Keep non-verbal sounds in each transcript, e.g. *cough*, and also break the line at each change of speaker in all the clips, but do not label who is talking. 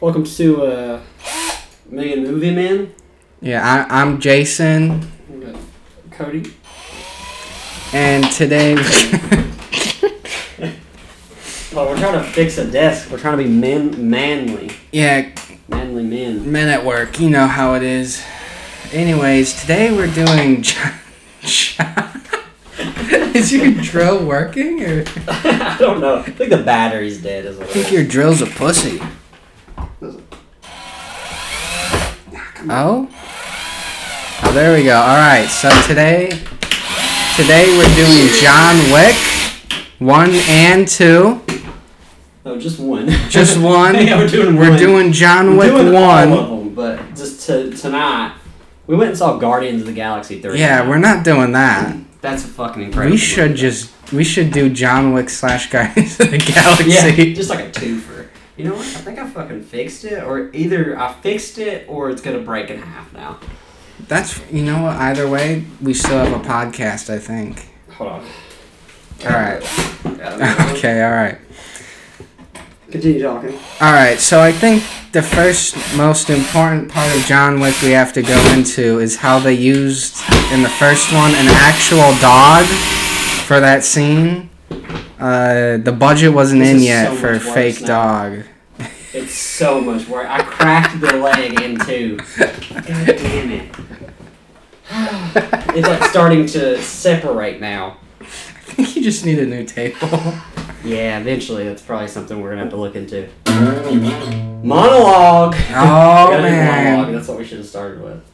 Welcome to uh, Million Movie Man.
Yeah, I, I'm Jason,
We got Cody.
and today
Oh, we're trying to fix a desk. We're trying to be man- manly.
*laughs* yeah,
Manly men. *laughs*
men at work, you know how it is. Anyways, today we're doing. *laughs* jo- jo- is your drill working? Or
I don't know. I think the battery's dead as
I
well.
think your drill's a pussy. Oh. Oh, there we go. All right. So today, today we're doing John Wick, one and two.
No, Oh, just one.
Just
*laughs*
one.
yeah, we're doing
We're
one.
doing John
We're
Wick
doing
one.
all of them, but just to, tonight, we went and saw Guardians of the Galaxy 3.
Yeah, we're not doing that.
That's a fucking incredible.
We should
movie.
just we should do John Wick slash Guardians of
*laughs*
the
Yeah,
Galaxy.
just like a twofer. You know what? I think I fucking fixed it, or either I fixed it, or it's gonna break in half now.
That's you know what. Either way, we still have a podcast. I think.
Hold on.
All right. *laughs* okay. All right.
Continue talking.
All right. So I think the first most important part of John Wick we have to go into is how they used in the first one an actual dog for that scene. Uh, the budget wasn't
This
in
is
yet
so
for
much
a
worse
fake
now.
dog.
It's so much work. I cracked the leg in two. God damn it. It's like starting to separate now.
I think you just need a new
*laughs*
table. Oh,
Yeah, eventually that's probably something we're gonna have to look into. Monologue.
Oh,
Gotta do
man.
monologue. That's what we should have started with.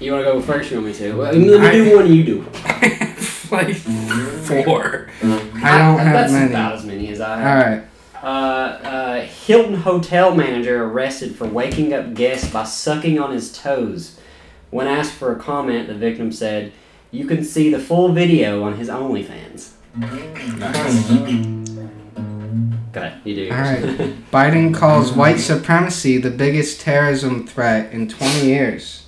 You wanna go first? You want me to? Well, let me
I-
do one. You do.
*laughs* like four. I don't
That's
have
about
many.
as many as I have.
Alright.
Uh, uh, Hilton hotel manager arrested for waking up guests by sucking on his toes. When asked for a comment, the victim said, "You can see the full video on his OnlyFans." Go ahead, you do. yours.
Alright. Biden calls white supremacy the biggest terrorism threat in 20 years.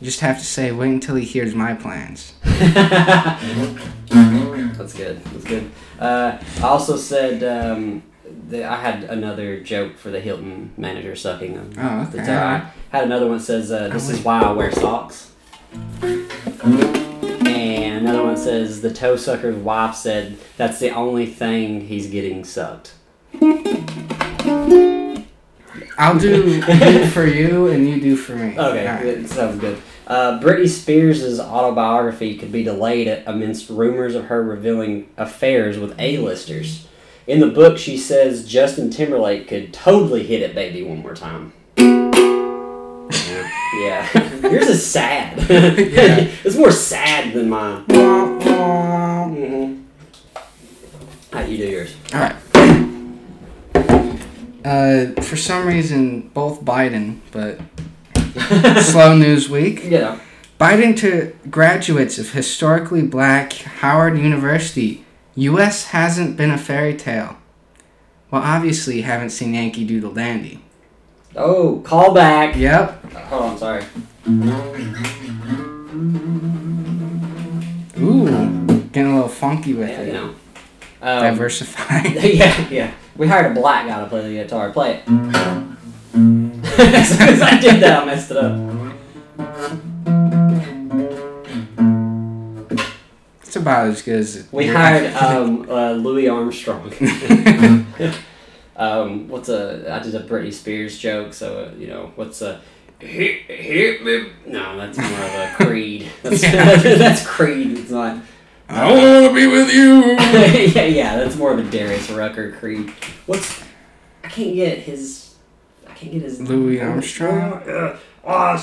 You just have to say, wait until he hears my plans.
*laughs* That's good. That's good. Uh, I also said um, that I had another joke for the Hilton manager sucking on
Oh,
the
okay.
toe. uh, I had another one that says, uh, "This is why I wear socks." And another one says, "The toe sucker's wife said that's the only thing he's getting sucked."
I'll
*laughs*
do you for you and you do for me.
Okay,
Alright.
that sounds good. Uh, Britney Spears' autobiography could be delayed amidst rumors of her revealing affairs with A-listers. In the book, she says Justin Timberlake could totally hit it, baby, one more time. yeah, *laughs* yours is sad.
Yeah.
it's more sad than mine.
Wah, wah.
Mm-hmm. How you do yours?
Alright. Uh, for some reason, both Biden, but *laughs*
*laughs*
slow news week.
Yeah.
Biden to graduates of historically black Howard University. U.S. hasn't been a fairy tale. Well, obviously, you haven't seen Yankee Doodle Dandy.
Oh, call back.
Yep.
Hold on, sorry.
Ooh, getting a little funky with
Yeah,
it.
you know. Um, *laughs*
*laughs* Diversifying.
yeah, yeah. We hired a black guy to play the guitar. Play it. *laughs* as soon as I did that, I messed it up.
it's about as good as.
We
*laughs*
hired um, uh, Louis Armstrong. *laughs* um, what's a? I did a Britney Spears joke, so uh, you know what's a. Hit, hit me. No, that's more of a Creed. That's, *laughs* that's Creed. It's not.
I don't want to be with
*laughs*
you.
yeah, yeah, that's more of a Darius Rucker Creed. What's? I can't get his. I can't get his.
Louis Armstrong. Oh,
Uh,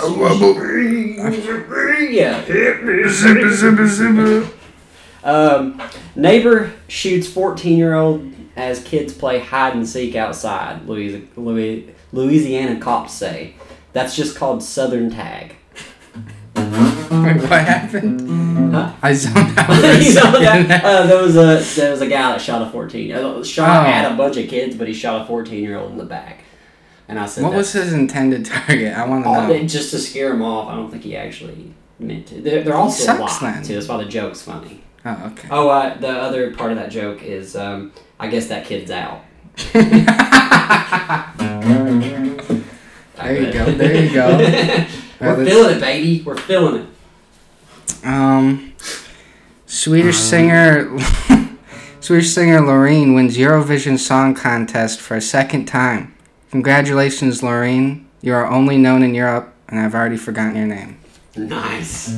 yeah.
*laughs* Zipper, zipper, zipper.
Um, neighbor shoots 14 year old as kids play hide and seek outside, Louis, Louis, Louisiana cops say. That's just called Southern Tag.
Wait, what happened?
Huh?
I zoned out. For a
*laughs* You know
second. *laughs*
that- uh, there, was a, there was a guy that shot a 14 uh, shot
Oh.
at a bunch of kids, but he shot a 14 year old in the back. And I said,
What
that-
was his intended target? I want to
all
know.
that- just to scare him off. I don't think he actually meant to. They're, they're all
He
still locked,
sucks, then.
too. That's why the joke's funny.
Oh, okay.
Oh, uh, the other
*laughs*
part of that joke is, um, I guess that kid's out.
There you go.
*laughs*
*laughs*
We're
let's-
feeling it, baby. We're feeling it.
Um,
Um.
Swedish singer *laughs* Swedish singer Loreen wins Eurovision Song Contest for a second time. Congratulations, Loreen. You are only known in Europe, and I've already forgotten your name.
Nice.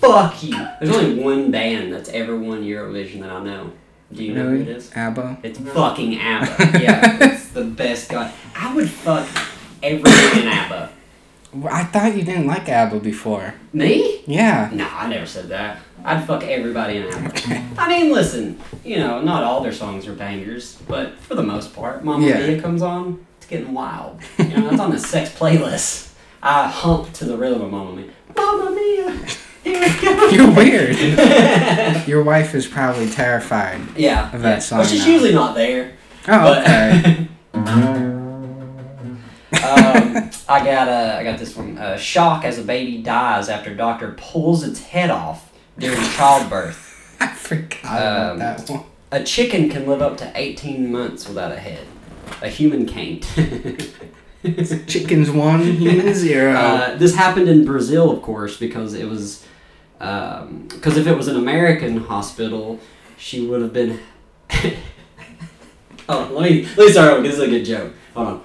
Fuck you. There's only one band that's ever won Eurovision that I know. Do you know who it is?
ABBA.
It's fucking
*laughs*
ABBA. Yeah, it's the best guy. I would fuck everyone in ABBA.
Well, I thought you didn't like ABBA before.
Me? *laughs*
Yeah.
No, I never said that. I'd fuck everybody in
*laughs*
ABBA. I mean, listen, you know, not all their songs are bangers, but for the most part, Mamma
Yeah.
Mia comes on, it's getting wild. You know, that's on the sex playlist. I hump to the rhythm of Mamma Mia. Mamma Mia, here we
*laughs*
go.
You're weird. Your wife is probably terrified.
*laughs* yeah,
Of that
yeah.
song
Well, she's
now.
usually not there.
Oh,
But- *laughs*
okay.
um, I got uh, I got this one. Uh, shock as a baby dies after doctor pulls its head off during childbirth.
I forgot
Um,
about that one.
A chicken can live up to 18 months without a head. A human can't. *laughs*
Chickens one, human zero.
uh, this happened in Brazil, of course, because it was because if it was an American hospital, she would have been. *laughs* oh, let me let me start over. This is a good joke. Hold on.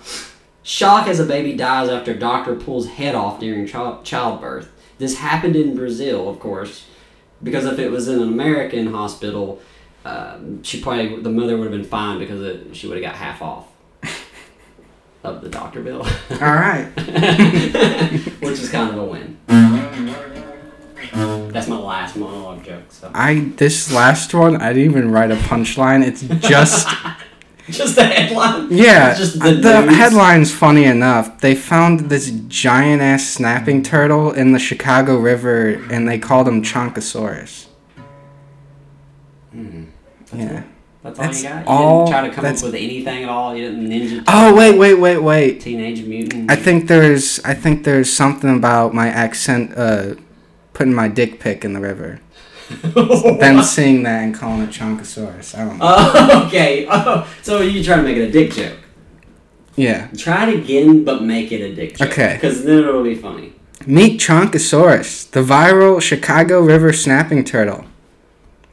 Shock as a baby dies after doctor pulls head off during child childbirth. This happened in Brazil, of course, because if it was in an American hospital, um, she probably the mother would have been fine because it, she would have got half off of the doctor bill.
All right.
*laughs* which is kind of a win. That's my last monologue joke. So *laughs*
I this last one I didn't even write a punchline. It's just
just the headline.
yeah. uh,
It's just
the
the, news.
headline's funny enough. They found this giant ass snapping turtle in the Chicago River, and they called him Chonkosaurus. Yeah.
Hmm. That's all
That's
you got. You
all-
didn't try to come
that's-
up with anything at all. You didn't ninja.
Oh wait, wait, wait, wait.
Teenage mutant. *laughs*
I think there's I think there's something about my accent uh, putting my dick pic in the river. Them seeing that and calling it Chonkosaurus. I don't know.
Oh, *laughs* okay. *laughs* Oh, so you trying to make it a dick joke?
yeah.
Try it again, but make it a dick joke.
Okay.
Because then it'll be funny.
Meet Chonkosaurus, the viral Chicago River snapping turtle.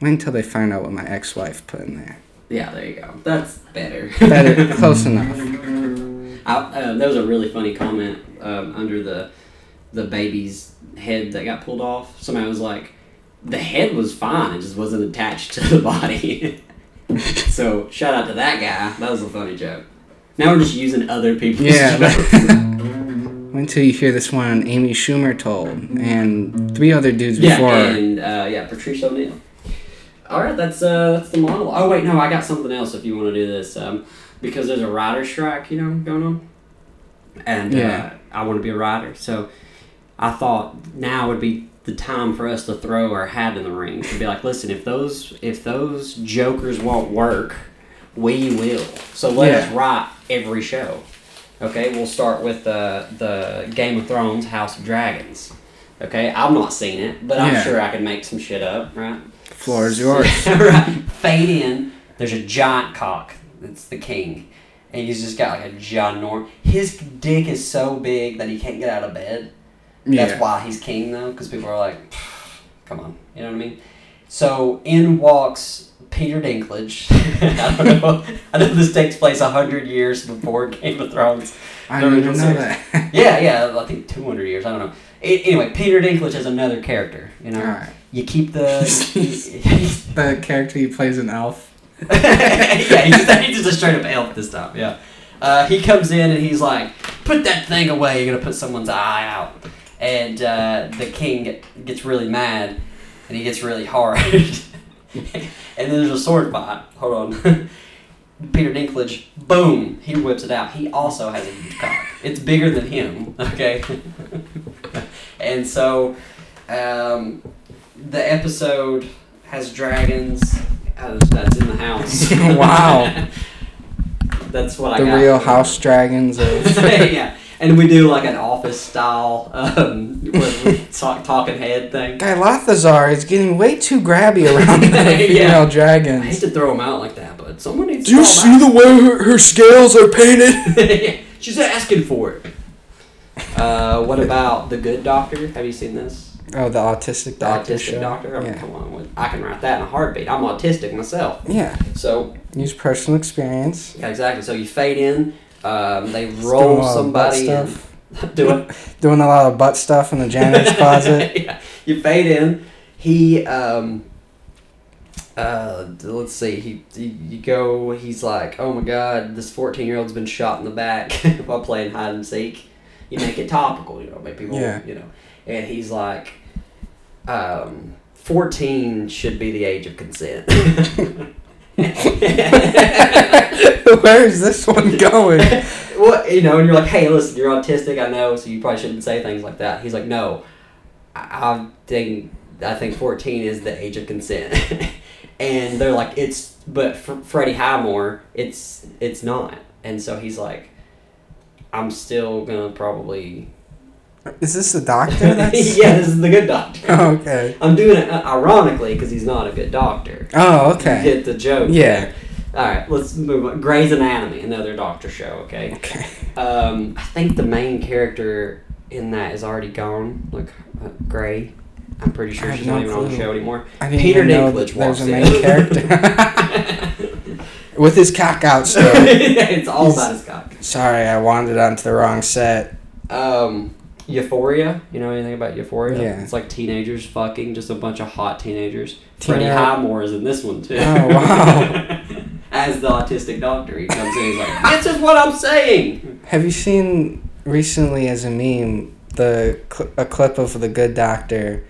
Wait until they find out what my ex-wife put in there.
Yeah, there you go. That's better. *laughs*
Better, close enough.
I, uh, there was a really funny comment um, under the the baby's head that got pulled off. Somebody was like, "The head was fine; it just wasn't attached to the body." *laughs* so shout out to that guy. That was a funny joke. Now we're just using other people's *laughs*
Yeah.
jokes.
*laughs* Wait until you hear this one Amy Schumer told and three other dudes
yeah,
before. her.
and uh, yeah, Patrice O'Neill. All right, that's uh, that's the model. Oh wait, no, I got something else. If you want to do this, um, because there's a rider strike, you know, going on, and
Yeah.
uh, I want to be a rider. So I thought now would be the time for us to throw our hat in the ring and be like, listen, if those if those jokers won't work, we will. So let us
Yeah.
write every show. Okay, we'll start with the the Game of Thrones House of Dragons. Okay, I've not seen it, but I'm
Yeah.
sure I can make some shit up, right?
Floor is yours.
*laughs* right. Fade in. There's a giant cock. It's the king. And he's just got like a ginormous. His dick is so big that he can't get out of bed.
Yeah.
That's why he's king though, because people are like, *sighs* come on, you know what I mean? So in walks Peter Dinklage. *laughs* I don't know. *laughs* I know this takes place hundred years before Game of Thrones.
I didn't even know
Original
that.
Yeah, yeah, I think two hundred years. I don't know. A- anyway, Peter Dinklage is another character. You know,
Alright.
you keep the. *laughs*
*laughs* the character he plays an elf.
yeah, he's, he's just a straight up elf this time. Yeah, uh, he comes in and he's like, "Put that thing away. You're gonna put someone's eye out." And uh, the king get- gets really mad, and he gets really hard. *laughs* and then there's a sword fight. Hold on. *laughs* Peter Dinklage, boom, he whips it out. He also has a huge cock. It's bigger than him, *laughs* okay? and so, um, the episode has dragons. Uh, That's in the house.
*laughs* Wow.
*laughs* That's what I
The
got.
real house *laughs* dragons of.
*laughs* yeah. And we do like an office style um, *laughs* with, with talk, talking head thing.
Guy Lothazar is getting way too grabby around the
*laughs* Yeah.
female
I hate
dragons.
to throw him out like that, but someone needs
Do
to
you
call *laughs*
see the way her, her scales are painted?
back. She's asking for it. Uh, what about The Good Doctor? Have you seen this?
Oh, the autistic
The
doctor
autistic
show.
doctor? I mean,
Yeah.
come on. what- I can write that in a heartbeat. I'm autistic myself.
yeah.
So,
Use personal experience.
yeah, exactly. So you fade in, um, they
Just
roll
doing a lot of butt
somebody in. *laughs*
stuff.
Do it.
Doing a lot of butt stuff in
*laughs*
the janitor's closet.
yeah. You fade in. He, um, uh, let's see. He, he, you go. He's like, oh my god, this fourteen year old's been shot in the back *laughs* while playing hide and seek. You make it topical, you know, make people,
Yeah.
you know. And he's like, um, fourteen should be the age of consent. *laughs*
Where is this one going?
well, you know, and you're like, hey, listen, you're autistic, I know, so you probably shouldn't say things like that. He's like, no, I, I think I think 14 is the age of consent, *laughs* and they're like, it's but for Freddie Highmore, it's it's not, and so he's like, I'm still gonna probably
Is this the
*laughs*
doctor?
yeah,
*laughs* That's...
this is the good doctor.
Oh, *laughs* okay.
I'm doing it uh, ironically because he's not a good doctor.
Oh,
You
okay.
get the joke.
Yeah.
All right, let's move on. Grey's Anatomy, another doctor show. Okay.
Okay.
Um, I think the main character in that is already gone. Like uh, Gray, I'm pretty
I
sure
have
she's
no
not even on the
clue.
show anymore.
I didn't
Peter
even know
Dinklage
that there's
walks
a
in.
main
*laughs*
character *laughs* with his cock out. Still.
it's all about his cock.
Sorry, I wandered onto the wrong set.
Um, Euphoria. You know anything about Euphoria?
Yeah.
It's like teenagers fucking, just a bunch of hot teenagers. Freddie
Teenage-
Highmore is in this one too.
Oh, wow.
*laughs* As the autistic doctor, he comes in. He's like, "This is what I'm saying."
Have you seen recently as a meme the cl- a clip of the Good Doctor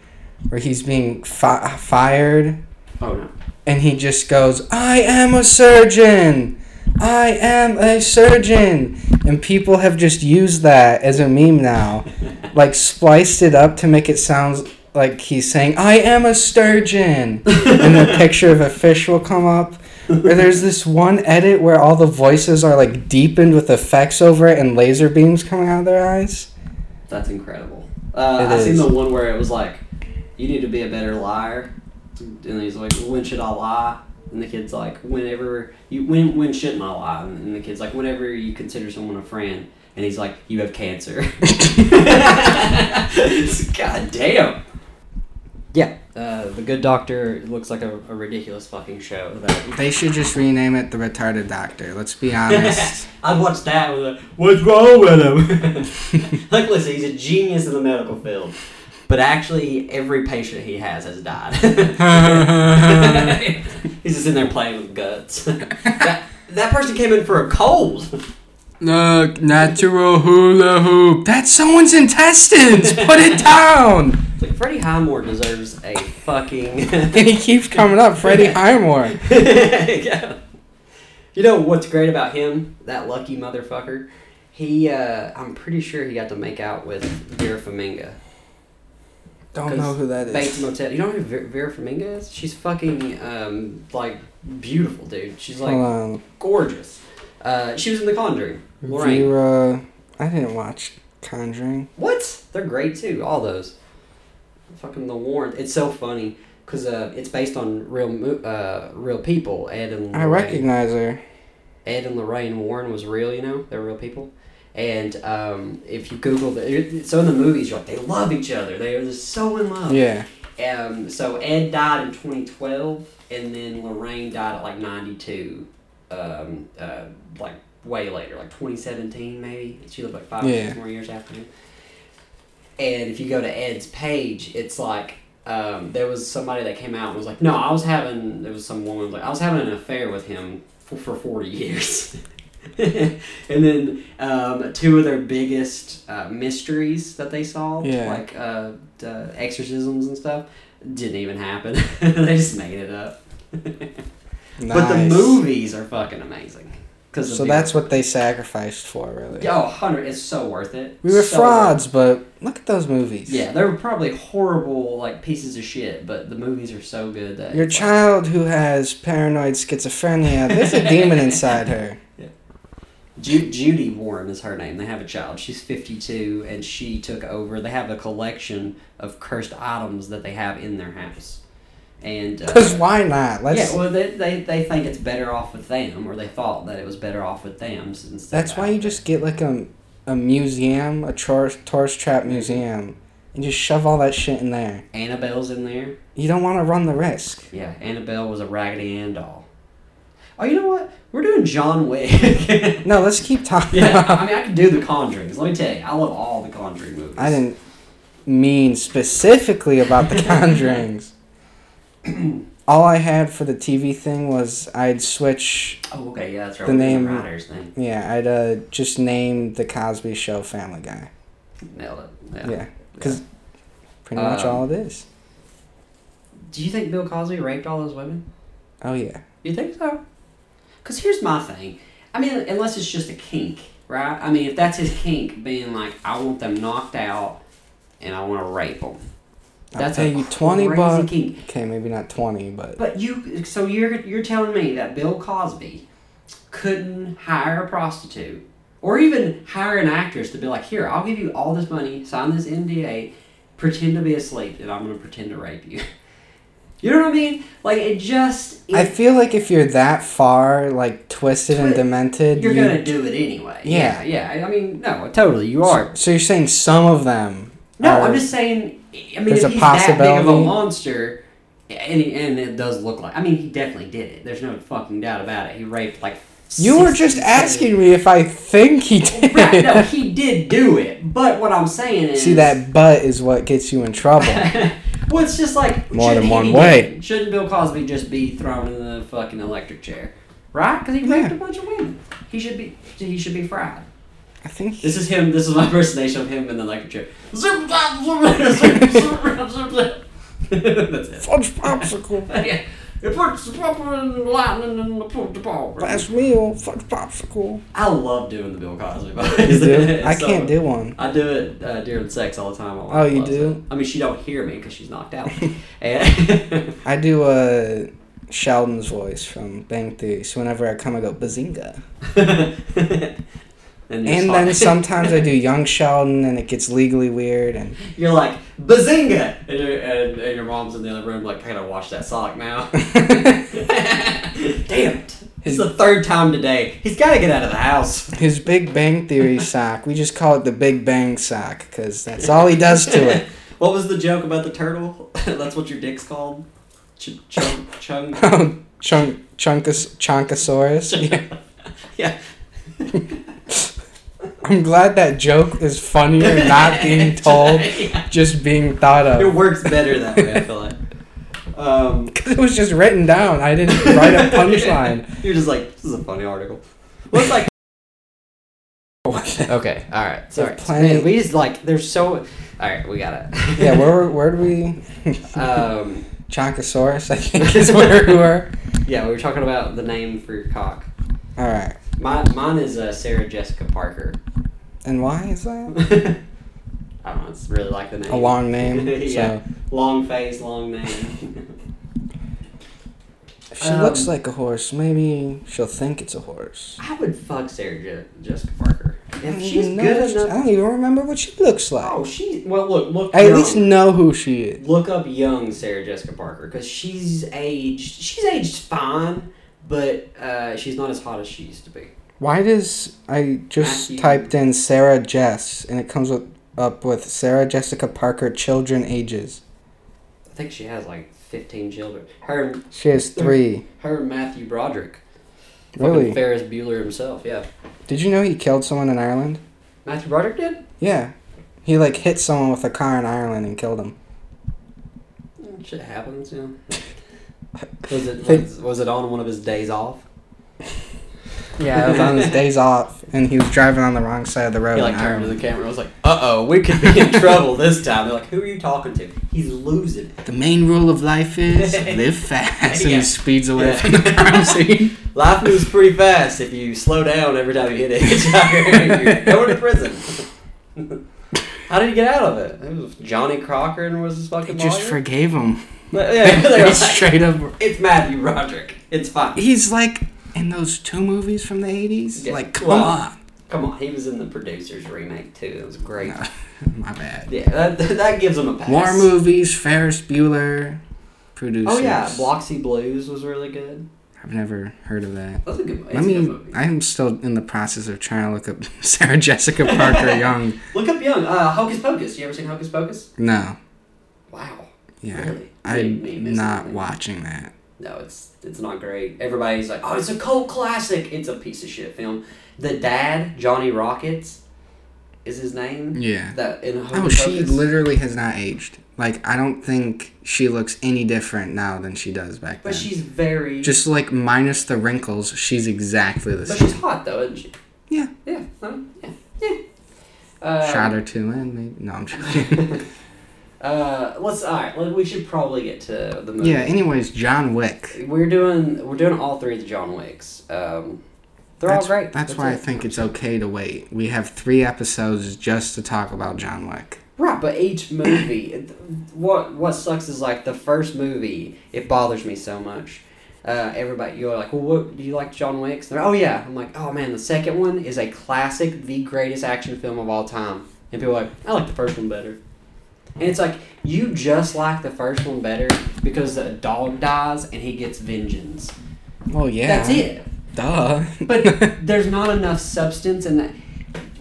where he's being fi- fired
Oh no.
and he just goes, "I am a surgeon." I am a surgeon, and people have just used that as a meme now.
Oh,
like spliced it up to make it sound like he's saying, I am a sturgeon. *laughs* and a
*laughs*
picture of a fish will come up. Or there's this one edit where all the voices are like deepened with effects over it and laser beams coming out of their eyes.
That's incredible. Uh,
It
I seen
is.
the one where it was like, "You need to be a better liar," and he's like, "When should I lie?" And the kid's like, "Whenever you when when shouldn't I lie?" And the kid's like, "Whenever you consider someone a friend." And he's like, "You have *laughs* cancer." God damn. Yeah, uh, the Good Doctor looks like a, a ridiculous fucking show. That
They should just rename it The Retarded Doctor, let's be honest.
I'd watch that with a what's wrong with him? like, listen, he's a genius in the medical field, but actually, every patient he has has died. *laughs* he's just in there playing with guts. *laughs* that, that person came in for a cold.
Look, natural hula hoop. That's
*laughs*
someone's intestines! Put it down!
It's like Freddie Highmore deserves a fucking. *laughs*
And he keeps coming up, Freddie Highmore.
Yeah. You know what's great about him? That lucky motherfucker. He, uh, I'm pretty sure he got to make out with Vera Faminga.
Don't know who that is.
Bates Motel. You know who Ver- Vera Farmiga is? She's fucking um, like beautiful, dude. She's like
Hold on.
gorgeous. Uh, she was in The Conjuring. Lorraine.
Vera. I didn't watch Conjuring.
What? They're great too. All those. Fucking The Warren. It's so funny because uh, it's based on real mo- uh, real people. Ed and Lorraine.
I recognize her.
Ed and Lorraine Warren was real, you know, they're real people. And um, if you Google the, so in the movies, you're like, they love each other. They are just so in love.
Yeah.
Um, so Ed died in 2012, and then Lorraine died at like 92, um, uh, like way later, like 2017 maybe. She lived like five or
Yeah.
six more years after him. And if you go to Ed's page, it's like um, there was somebody that came out and was like, "No, I was having." There was some woman like, "I was having an affair with him for, for 40 years." *laughs* and then um, two of their biggest uh, mysteries that they solved,
Yeah.
like uh, d- uh, exorcisms and stuff, didn't even happen. *laughs* they just made it up. But the
Nice.
movies are fucking amazing. Cause of
So
the-
that's what they sacrificed for, really.
Yo, 100 is so worth it.
We were
So worth
frauds, but look at those
it.
movies.
Yeah, they were probably horrible like pieces of shit, but the movies are so good that
Your
it's like-
child who has paranoid schizophrenia,
*laughs*
there's a demon inside her.
Ju- Judy Warren is her name. They have a child. She's 52, and she took over. They have a collection of cursed items that they have in their house. And uh,
Because why not? Let's.
yeah, well, they, they, they think it's better off with them, or they thought that it was better off with them. Since they
that's
got
why you
out
just get like a a museum, a tour- tourist trap museum, and just shove all that shit in there.
Annabelle's in there.
You don't want to run the risk.
Yeah, Annabelle was a Raggedy Ann doll. Oh, you know what? We're doing John Wick. *laughs*
No, let's keep talking.
Yeah,
about- *laughs*
I mean, I can do the Conjurings. Let me tell you, I love all the Conjuring movies.
I didn't mean specifically about
*clears throat*
the Conjurings. all I had for the TV thing was I'd switch.
Oh, okay, yeah, that's right.
The
we're doing
name-
Riders thing.
Yeah, I'd uh, just name the Cosby Show Family Guy.
Nailed it. Yeah.
Yeah, because pretty much
Um,
all it is.
Do you think Bill Cosby raped all those women?
Oh yeah,
You think so? Because here's my thing. I mean, unless it's just a kink, right? I mean, if that's his kink, being like, I want them knocked out and I want to rape them.
I'll
That's
pay
a
you 20
crazy
buck-
kink.
okay, maybe not twenty, but
But you, so you're you're telling me that Bill Cosby couldn't hire a prostitute or even hire an actress to be like, here, I'll give you all this money, sign this NDA, pretend to be asleep, and I'm gonna pretend to rape you. *laughs* You know what I mean? Like it just, it,
I feel like if you're that far, like twisted and
Twi-
demented,
you're
you-
gonna do it anyway.
Yeah.
yeah. I- I mean, no, totally, you are.
So you're saying some of them?
No,
are-
I'm just saying. I mean,
There's
if
a
he's that big of a
possibility.
monster, and he, and it does look like. I mean, he definitely did it. There's no fucking doubt about it. He raped like.
You were just
60, 70.
asking me if I think he did.
*laughs* Right, no, he did do it, but what I'm saying is, *laughs*
*laughs* See that butt is what gets you in trouble.
well, it's just like
More
shouldn't
than
he be-
one way.
Shouldn't Bill Cosby just be thrown in the fucking electric chair, right? Because he raped a bunch of women. He should be. He should be fried.
I think
This is him. This is my *laughs* impersonation of him in the electric chair. Zip, zap, zip, zip, zip, zip, zip. *laughs* That's it.
fudge popsicle.
Yeah. It puts the pepper and lightning in the put the ball.
Last meal, fudge popsicle.
I love doing the Bill Cosby voice. *laughs*
You do? I
So,
can't do one.
I do it uh, during sex all the time.
Oh, you
loves
do?
it. I mean, she don't hear me because she's knocked
*laughs*
out. and *laughs*
I do uh, Sheldon's voice from Bang Theory. So whenever I come, I go bazinga.
and,
And then sometimes I do Young Sheldon, and it gets legally weird. And
you're like bazinga, and, your- and, and your mom's in the other room like, I gotta wash that sock
*laughs*
now. Damn it! It's the third time today. He's gotta get out of the
*laughs*
house.
his Big
*laughs*
Bang Theory sock, we just call it the Big Bang sock because that's all he does to
*laughs*
it.
What was the joke about the turtle? *laughs* That's what your dick's called? Ch- chung? chung?
*laughs* Oh, Chunk Chunkus Chunkosaurus. Yeah.
*laughs* yeah.
*laughs* I'm glad that joke is funnier
*laughs*
not being told,
Yeah.
just being thought
It
of.
works better that way, I feel like.
*laughs*
Um,
'Cause It was just written down. I didn't
*laughs*
write a punchline.
You're just like, this is a funny article. What's like.
What
Okay, alright, sorry.
plenty-
Man, we just like, there's so. Alright, we got
the-
it.
yeah, where were, where did we?
Um,
*laughs* Chunkosaurus, I think is where we were.
*laughs* yeah, we were talking about the name for your cock.
All right.
My, mine is uh, Sarah Jessica Parker. *laughs*
And why is that?
I don't know, it's really like the name.
A long
*laughs*
name.
yeah. Long face, long name. *laughs*
So if she
Um,
looks like a horse, maybe she'll think it's a horse.
I would fuck Sarah Je- Jessica Parker
I
if
don't
she's
even know
good
what she- I
enough.
don't even remember what she looks like.
Oh, she. Well, look, look.
I at
young.
least know who she is.
look up young Sarah Jessica Parker because she's aged. She's aged fine, but uh, she's not as hot as she used to be.
Why does I just
Matthew.
typed in Sarah Jess and it comes with, up with Sarah Jessica Parker children ages?
I think she has like fifteen children. Her, and-
She has three.
her and Matthew Broderick. Fucking
Really?
Ferris Bueller himself. Yeah.
Did you know he killed someone in Ireland?
Matthew Broderick did.
Yeah. He like hit someone with a car in Ireland and killed him.
Shit happens.
*laughs*
You know. Was it
Think-
was, was it on one of his days off?
Yeah, it was on his days off and he was driving on the wrong side of the road
He like
in
turned to
Ireland.
the camera and was like, "Uh oh, we could be
*laughs*
in trouble this time." They're like, "Who are you talking to?" He's losing. it.
The main rule of
*laughs*
life is live fast, and
Yeah.
he speeds away
Yeah.
from the crime
*laughs*
scene.
Life moves pretty fast if you slow down every time *laughs* you hit a hitchhiker. You're going to prison. *laughs* How did he get out of it? It was Johnny Crocker and was his
They
fucking
just
lawyer?
forgave him.
But, yeah, *laughs* they were
*laughs* They
like,
straight up.
It's Matthew Roderick. It's fine.
He's like in those two movies from the eighties.
Yeah.
Like, come
Well,
on.
Come on, he was in the producers remake too. It was great.
No. My bad.
Yeah, that, that gives him a pass.
War movies, Ferris Bueller, producers.
Oh yeah, Bloxy Blues was really good.
I've never heard of that.
That's a good. It's a
I
good
mean,
movie.
I'm still in the process of trying to look up *laughs* Sarah Jessica
*laughs*
Parker Young.
Look up Young. Uh, Hocus Pocus. You ever seen Hocus Pocus?
No,
Wow.
yeah,
Really?
I'm
You- you missed
not
something.
watching that.
No, it's it's not great. Everybody's like, oh, it's a cult classic. It's a piece of shit film. The dad, Johnny Rockets, is his name.
Yeah.
That in Hocus
Oh, she
Pocus.
literally has not aged. Like I don't think she looks any different now than she does back
But
then.
she's very.
just like minus the wrinkles, she's exactly the
but
same.
she's hot though, isn't she?
Yeah.
Yeah. huh? Yeah. Yeah. Uh,
Shot or two in, maybe. No,
*laughs*
I'm joking.
Uh, let's. All right. Well, we should probably get to the movie.
yeah. Anyways, John Wick.
We're doing. We're doing all three of the John Wicks. Um, they're
That's,
all great.
that's why I
it.
think it's okay to wait. We have three episodes just to talk about John Wick.
Right, but each movie, what what sucks is like the first movie. It bothers me so much. Uh, everybody, you're like, well, what do you like John Wick's? They're, oh yeah, I'm like, oh man, the second one is a classic, the greatest action film of all time. And people are like, I like the first one better. And it's like you just like the first one better because the dog dies and he gets vengeance.
Well, yeah.
That's it.
Duh.
But there's not enough substance in that.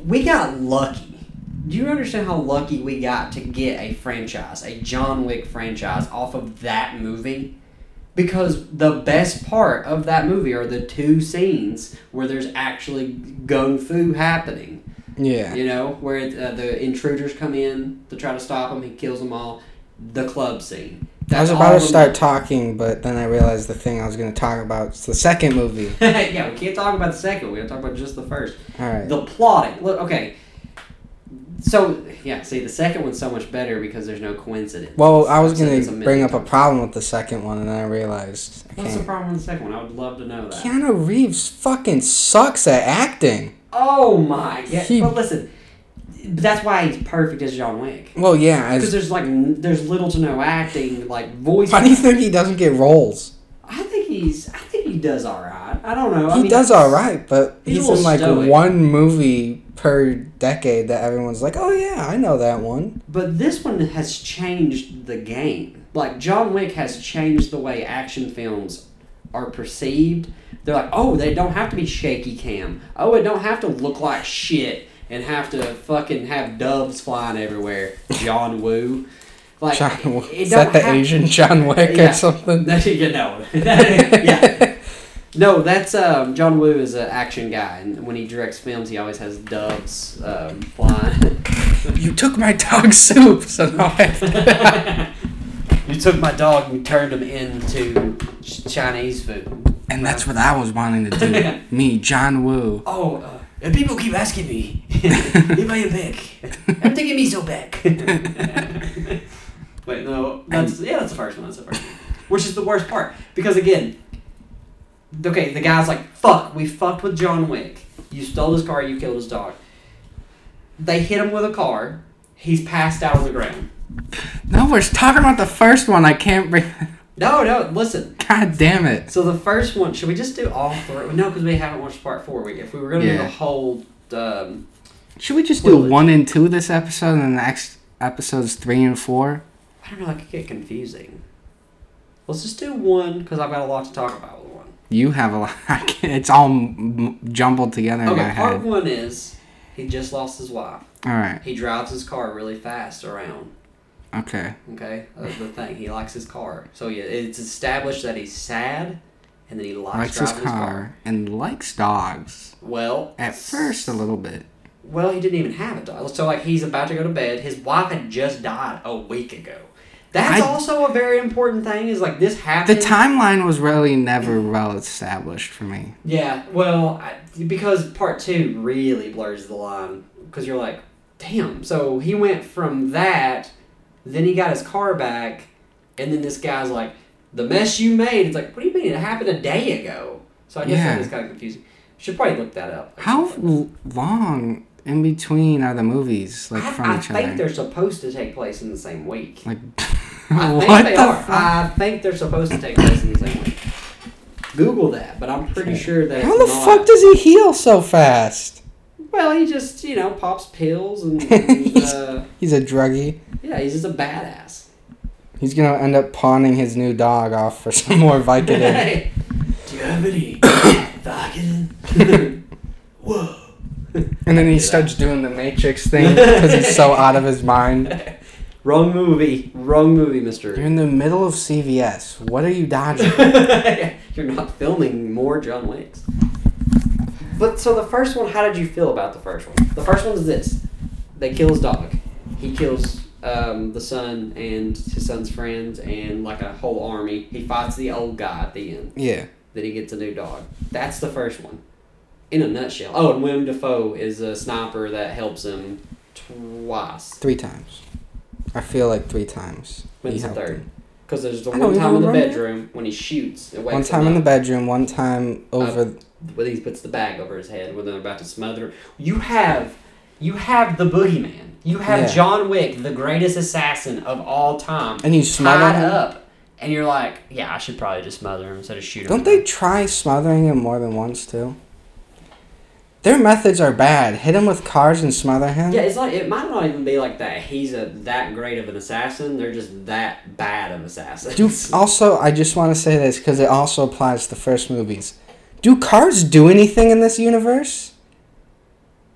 We got lucky. Do you understand how lucky we got to get a franchise, a John Wick franchise, off of that movie? Because the best part of that movie are the two scenes where there's actually gung fu happening.
*laughs* yeah.
You know, where uh, the intruders come in to try to stop him, he kills them all. The club scene.
I
That's
was about
all
to
the-
start talking, but then I realized the thing I was going to talk about is the second movie.
*laughs* yeah, we can't talk about the second. We gotta talk about just the first.
All right.
The plotting. Look, okay. So yeah, see the second one's so much better because there's no coincidence.
Well, I was
I've said
going
this a
to
million
bring up a
times.
problem with the second one, and then I realized I
What's the
can't.
problem with the second one? I would love to know that.
Keanu Reeves fucking sucks at acting.
Oh my god!
He-
But listen, that's why he's perfect as John Wick.
Well, yeah.
Because
As,
there's like n- there's little to no acting, like voice.
*laughs* why do you think he doesn't get roles?
I think he's. I think he does all right. I don't know.
He
I mean,
does all right, but
he's a
he's in
little
like
stoic.
one movie per decade that everyone's like, "Oh yeah, I know that one."
But this one has changed the game. Like John Wick has changed the way action films are perceived. They're like, oh, they don't have to be shaky cam. Oh, it don't have to look like shit and have to fucking have doves flying everywhere. John Woo. Like
John,
it- it
is
don't
that the
have-
Asian John Wick
Yeah.
or
*laughs*
something?
That- you know. *laughs* yeah. No, that's um, John Woo is an action guy, and when he directs films, he always has doves um, flying.
You took my dog soup, *laughs* so now I have to-
*laughs* you took my dog and turned him into ch- Chinese food.
and that's what I was wanting
*laughs*
to do. Me, John Woo.
Oh, uh, and people keep asking me, *laughs* "Am I a back? I'm taking me so *laughs* back." Wait, no, that's yeah, that's the first one. That's the first one, which is the worst part because again, okay, the guy's like, "Fuck, we fucked with John Wick. You stole his car, you killed his dog." They hit him with a car. He's passed out on the ground.
No, we're talking about the first one. I can't bring. *laughs*
No, no, listen.
God damn it.
So the first one, should we just do all three? No, because we haven't watched part four. We, if we were gonna do
Yeah.
the whole, um,
Should we just
Well,
do one and two this episode, and the next episodes three and four?
I don't know, that could get confusing. Let's just do one because I've got a lot to talk about with one.
You have a *laughs* lot. I can't- It's all m- m- jumbled together in my
Okay, part
head.
one is he just lost his wife.
All right.
He drives his car really fast around.
Okay.
Okay, that's the thing. He likes his car, so yeah, it's established that he's sad, and that he likes,
Likes his
driving
car, and likes dogs.
Well,
At
s-
first, a little bit.
Well, he didn't even have a dog. So, like, he's about to go to bed. His wife had just died a week ago. That's
I-
also a very important thing. Is like this
The
happened.
timeline was really never well established for me.
Yeah. Well, I, because part two really blurs the line because you're like, damn. So he went from that, then he got his car back, and then this guy's like, the mess you made. It's like, what do you mean? It happened a day ago. So I guess
Yeah.
that is kind of confusing. Should probably look that up.
How l- long in between are the movies, like from
I, I
each
think
other?
they're supposed to take place in the same week.
Like, *laughs*
I think
what
they
the?
are.
fuck?
I think they're supposed to take place in the same week. Google that, but I'm pretty sure that.
How
it's
the
not.
fuck does he heal so fast?
Well, he just you know pops pills
*laughs*
and, and uh,
He's a druggie.
yeah, he's just a
*laughs*
badass.
*laughs*
*laughs*
He's gonna end up pawning his new dog off for some more Vicodin.
Hey,
*coughs*
Gravity. *laughs* Fucking. Whoa.
And then he starts doing the Matrix thing because he's so out of his mind.
Wrong movie. Wrong movie, Mister.
You're in the middle of CVS. What are you dodging?
*laughs* You're not filming more John Wicks. But so the first one, how did you feel about the first one? The first one is this: they kill his dog. He kills um, the son and his son's friends and like a whole army. He fights the old guy at the end.
Yeah.
Then he gets a new dog. That's the first one. In a nutshell. Oh, and William Defoe is a sniper that helps him twice.
Three times. I feel like three times.
When's
He
the
helped
third?
him.
Because there's the
I
one
don't
time in the
remember that.
bedroom when he shoots. And wakes
One time
him
in the
up.
bedroom, one time over.
Uh, when he puts the bag over his head when they're about to smother. You have, you have the boogeyman. You have
Yeah.
John Wick, the greatest assassin of all time,
and you smother
tied
him.
up, and you're like, yeah, I should probably just smother him instead of shoot him.
Don't they try smothering him more than once too? Their methods are bad. Hit him with cars and smother him.
Yeah, it's like it might not even be like that. He's a that great of an assassin. They're just that bad of assassins. *laughs*
Do also, I just want to say this because it also applies to first movies. Do cars do anything in this universe?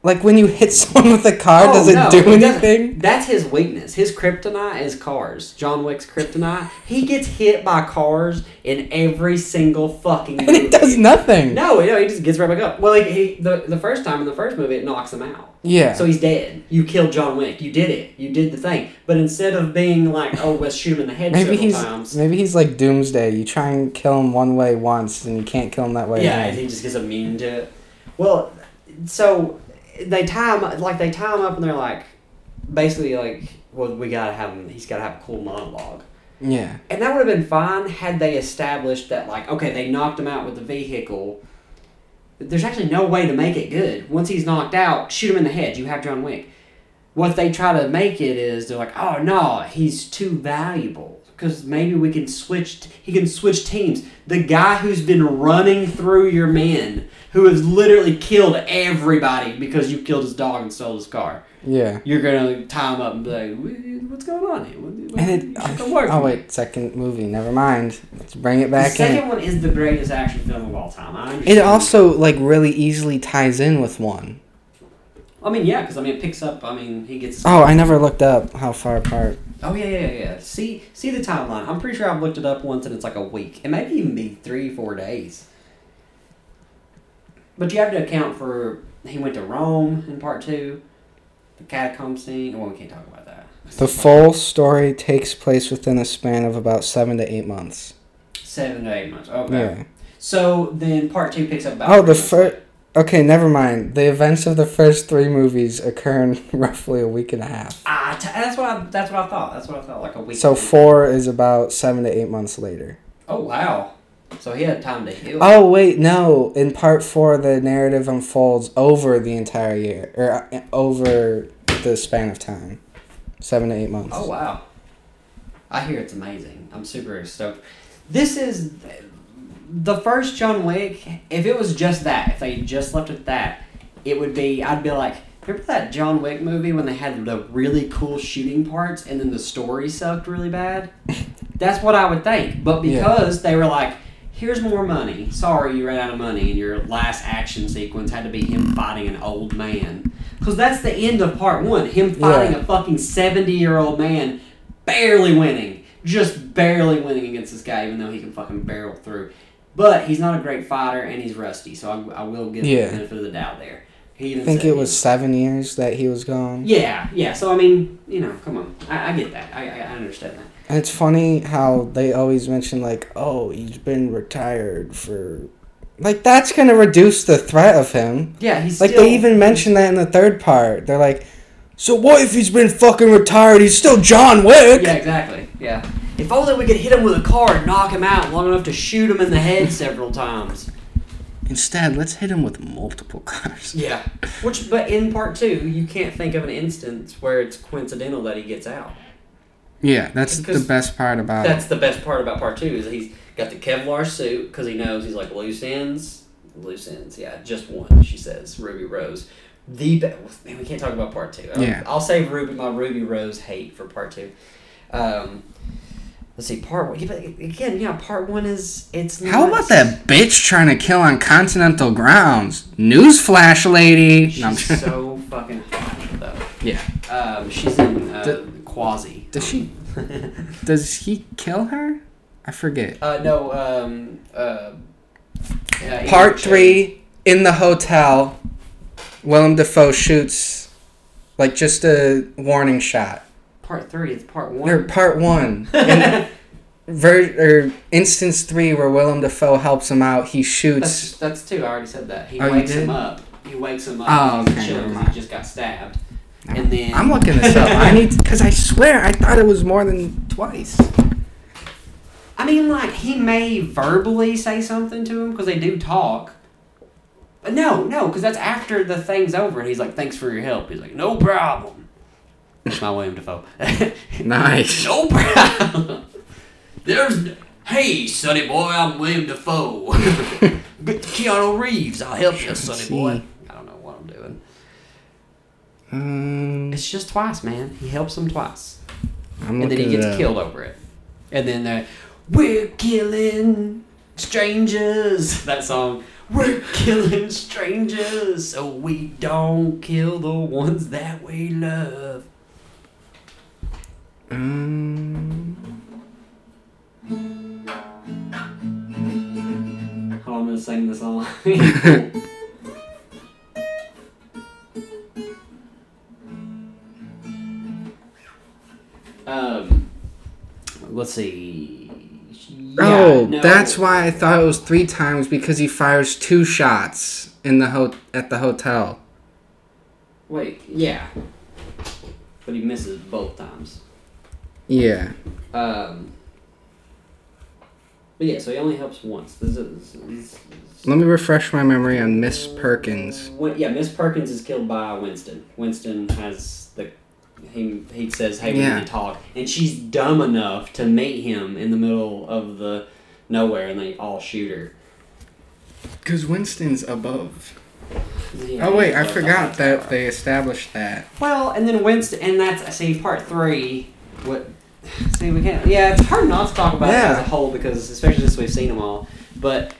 Like when you hit *laughs* someone with a car,
Oh,
does it
no,
do
he doesn't.
anything? *laughs*
That's his weakness. His kryptonite is cars. John Wick's kryptonite. He gets hit by cars in every single fucking.
*laughs* And it does nothing.
No, no, he just gets right back up. Well, he, he the, the first time in the first movie, it knocks him out.
Yeah.
So he's dead. You killed John Wick. You did it. You did the thing. But instead of being like, oh, let's shoot him in the head
maybe
several
he's
times.
maybe he's like Doomsday. You try and kill him one way once, and you can't kill him that way.
yeah,
again.
he just gets immune to it. Well, so they tie him like they tie him up, and they're like, basically like, well, we gotta have him. He's gotta have a cool monologue.
yeah.
And that would have been fine had they established that, like, okay, they knocked him out with the vehicle. There's actually no way to make it good. Once he's knocked out, shoot him in the head. You have John Wick. What they try to make it is they're like, oh no, he's too valuable because maybe we can switch. He can switch teams. The guy who's been running through your men, who has literally killed everybody because you killed his dog and stole his car.
Yeah.
You're gonna tie him up and be like, what's going on here? What, what,
And it,
you should go work
oh wait, second movie. Never mind. Let's bring it
the
back
second
in.
one is the greatest action film of all time. I understand.
It also like really easily ties in with one.
I mean, yeah, because I mean, it picks up. I mean, he gets.
Oh, I never looked up how far apart.
Oh yeah, yeah, yeah. yeah. See, see the timeline. I'm pretty sure I've looked it up once, and it's like a week. It might even be three, four days. But you have to account for he went to Rome in part two, the catacomb scene. Well, we can't talk about that.
The full story takes place within a span of about seven to eight months.
Seven to eight months. Okay.
Yeah.
So then part two picks up. About
Oh,
three
the
months later.
first. Okay, never mind. The events of the first three movies occur in *laughs* roughly a week and a half.
Ah, t- that's what I. That's what I thought. That's what I thought. Like a week.
So four is about seven to eight months later.
Oh wow. So he had time to heal.
Oh wait, no. In part four, the narrative unfolds over the entire year, or uh, over the span of time, seven to eight months.
Oh wow! I hear it's amazing. I'm super stoked. This is the first John Wick. If it was just that, if they just left it that, it would be. I'd be like, remember that John Wick movie when they had the really cool shooting parts and then the story sucked really
*laughs*
bad? That's what I would think. But
Yeah.
because they were like. Here's more money. Sorry, you ran out of money, and your last action sequence had to be him fighting an old man. Because that's the end of part one. Him fighting
Yeah.
a fucking 70 year old man, barely winning. Just barely winning against this guy, even though he can fucking barrel through. But he's not a great fighter and he's rusty, so I, I will give him
Yeah.
the benefit of the doubt there. He
I
even
think
said
it
he-
was seven years that he was gone.
Yeah, yeah. So, I mean, you know, come on. I, I get that. I, I I understand that.
And it's funny how they always mention like, "Oh, he's been retired for," like that's gonna reduce the threat of him.
Yeah, he's
Like
still,
they even mention that in the third part. They're like, "So what if he's been fucking retired? He's still John Wick."
Yeah, exactly. Yeah. If only we could hit him with a car and knock him out long enough to shoot him in the head several times.
Instead, let's hit him with multiple cars.
Yeah. Which, but in part two, you can't think of an instance where it's coincidental that he gets out.
Yeah, that's
Because
the best part about
That's the best part about part two is he's got the Kevlar suit because he knows he's like loose ends, loose ends. Yeah, just one. She says Ruby Rose. The be- man, we can't talk about part two. I'll,
Yeah.
I'll save Ruby my Ruby Rose hate for part two. Um, Let's see, part one. yeah, but Again, yeah, part one is it's.
How
nuts.
about that bitch trying to kill on continental grounds? Newsflash, lady.
She's
No, I'm just-
so fucking hot though.
Yeah.
Um, she's in uh,
Do-
Quasi.
does she- Does he kill her? I forget.
*laughs* uh, no. Um. Uh, yeah,
Part
English, uh,
three in the hotel. Willem Dafoe shoots, like just a warning shot.
Part three. It's part *laughs*
Or
one.
part one.
*laughs*
In ver- or instance three where Willem Dafoe helps him out. He shoots.
That's, that's two. I already said that. He
Oh, you
wakes
did?
him up. He wakes him up.
Oh,
he's
okay,
chilling 'cause
never mind.
He just got stabbed. And then
I'm looking this
*laughs*
up. I need because I swear I thought it was more than twice.
I mean, like he may verbally say something to him because they do talk. But no, no, because that's after the thing's over. and He's like, "Thanks for your help." He's like, "No problem." That's my William *laughs* Defoe.
Nice.
no problem. There's, hey, sonny boy, I'm William Defoe. *laughs* Get to Keanu Reeves. I'll help you, sonny boy.
see.
I don't know what I'm doing. Mm.
Um,
It's just twice, man. He helps him twice.
I'm
and then he
looking it
gets
up.
killed over it. And then they're, we're killing strangers. *laughs* That song, we're killing strangers, so we don't kill the ones that we love.
Um,
How I'm gonna sing the song. *laughs* um, let's see. Yeah,
oh,
no.
that's why I thought it was three times because he fires two shots in the ho- at the hotel.
Wait, yeah. But he misses both times.
Yeah.
Um, but yeah, so he only helps once. This is, this is-
Let me refresh my memory on Miss Perkins.
Win- yeah, Miss Perkins is killed by Winston. Winston has the he he says, "Hey, we
Yeah.
need to talk," and she's dumb enough to meet him in the middle of the nowhere, and they all shoot her.
Cause Winston's above.
Yeah,
Oh wait, I
so-
forgot that they established that.
Well, and then Winston, and that's see part three. What? See, we can't. Yeah, it's hard not to talk about it as
Yeah.
a whole because, especially since we've seen them all. But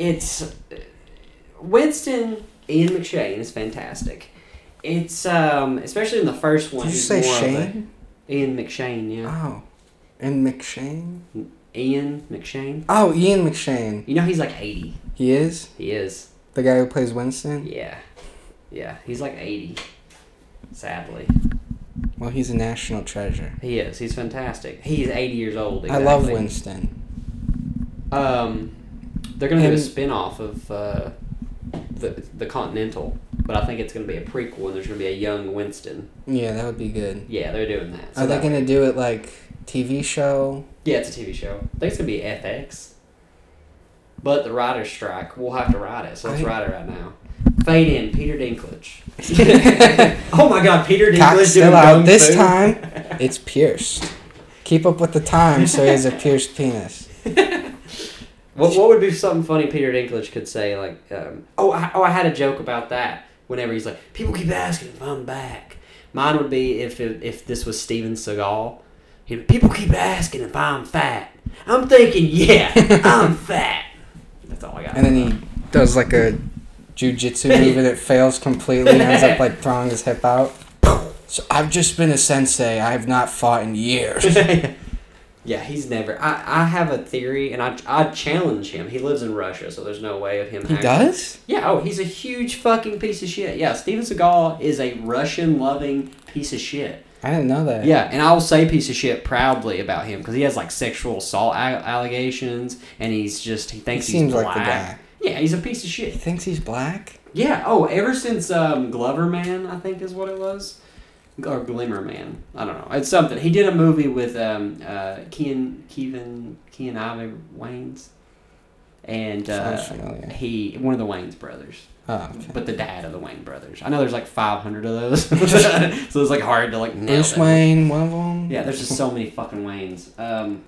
it's Winston Ian McShane is fantastic. It's um, especially in the first one.
Did you
he's
say
more of a-
Shane?
Ian McShane, yeah.
Oh, and McShane.
Ian McShane.
Oh, Ian McShane.
You know he's like eighty.
He is
He is.
the guy who plays Winston.
Yeah, yeah. He's like eighty. Sadly,
Well, he's a national treasure.
he is. He's fantastic. He's eighty years old.
I love
exactly.
Winston.
Um, they're gonna do a
And-
spin-off of uh, the the Continental, but I think it's gonna be a prequel, and there's gonna be a young Winston.
Yeah, that would be good.
Yeah, they're doing that.
Are they
that-
gonna do it like TV show?
Yeah, it's a TV show. I think it's gonna be FX. But the writer's strike, we'll have to write it, so let's
I-
write it right now. Fade in, Peter Dinklage. *laughs* oh my God, Peter
Cock's
Dinklage doing
still out
kung
this
fu. *laughs*
time. It's pierced. Keep up with the time, so he has a pierced penis.
What, what would be something funny Peter Dinklage could say? Like, um, oh, I, oh, I had a joke about that. Whenever he's like, people keep asking if I'm back. Mine would be if it, if this was Steven Seagal. He'd, people keep asking if I'm fat. I'm thinking, yeah,
*laughs*
I'm fat. That's all I got.
And then he does like a
*laughs*
jujitsu move and it fails completely and ends up like throwing his hip out. So I've just been a sensei. I have not fought in years.
*laughs* yeah, he's never. I, I have a theory, and I I challenge him. He lives in Russia, so there's no way of him.
He
actually-
does?
Yeah. Oh, he's a huge fucking piece of shit. Yeah, Steven Seagal is a Russian loving piece of shit.
I didn't know that.
Yeah, and I will say piece of shit proudly about him because he has like sexual assault a- allegations, and he's just he
He
thinks he's
seems
black.
like the guy.
Yeah, he's a piece of
He
shit.
thinks he's black?
Yeah. Oh, ever since um, Glover Man, I think is what it was, or Glimmer Man. I don't know. It's something. He did a movie with um, uh, Kean Kevin Kean Ivy Waynes, and uh,
Sounds familiar.
he one of the Waynes brothers.
Oh, okay.
But the dad of the Wayne brothers. I know there's like 500 of
*laughs*
those, *laughs* so it's like hard to like. nail
Bruce
down.
Wayne, one of them?
Yeah, there's just so many fucking Waynes. Um,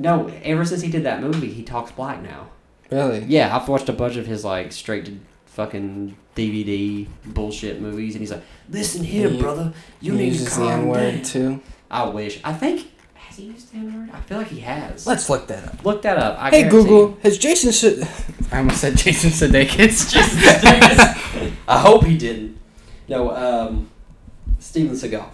no, ever since he did that movie, he talks black now.
Really?
Yeah, I've watched a bunch of his like straight to fucking DVD bullshit movies, and he's like, "Listen here,
He-
brother, you
he
need to
uses the
calm
N word
down."
too.
I wish. I think
Has he used the N word? I feel like he has.
Let's look that up.
Look that up. I
Hey
guarantee
Google, has Jason? Su-
I almost said
*laughs*
Jason Sudeikis.
I hope he didn't.
No, um, Steven Seagal.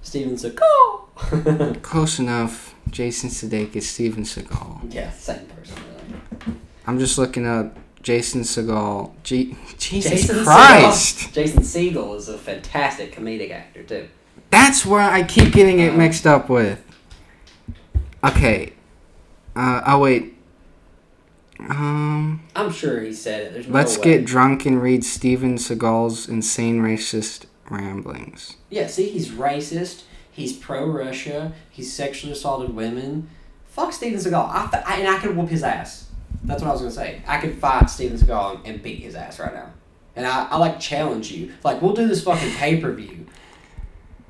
Steven Seagal. *laughs*
*laughs* Close enough. Jason Sudeikis, Steven Seagal.
yeah, same person. Really.
I'm just looking up Jason Seagal. G- Jesus
Jason
Christ.
Jason Segel is a fantastic comedic actor too.
That's where I keep getting it mixed up with. Okay. Uh, oh wait. Um,
I'm sure he said it. There's no
let's
way.
get drunk and read Steven Seagal's insane racist ramblings.
Yeah, see, he's racist. He's pro Russia. He's sexually assaulted women. Fuck Steven Seagal. I, th- I, and I could whoop his ass. That's what I was gonna say. I could fight Steven Seagal and, and beat his ass right now. And I, I like challenge you. Like we'll do this fucking pay per view.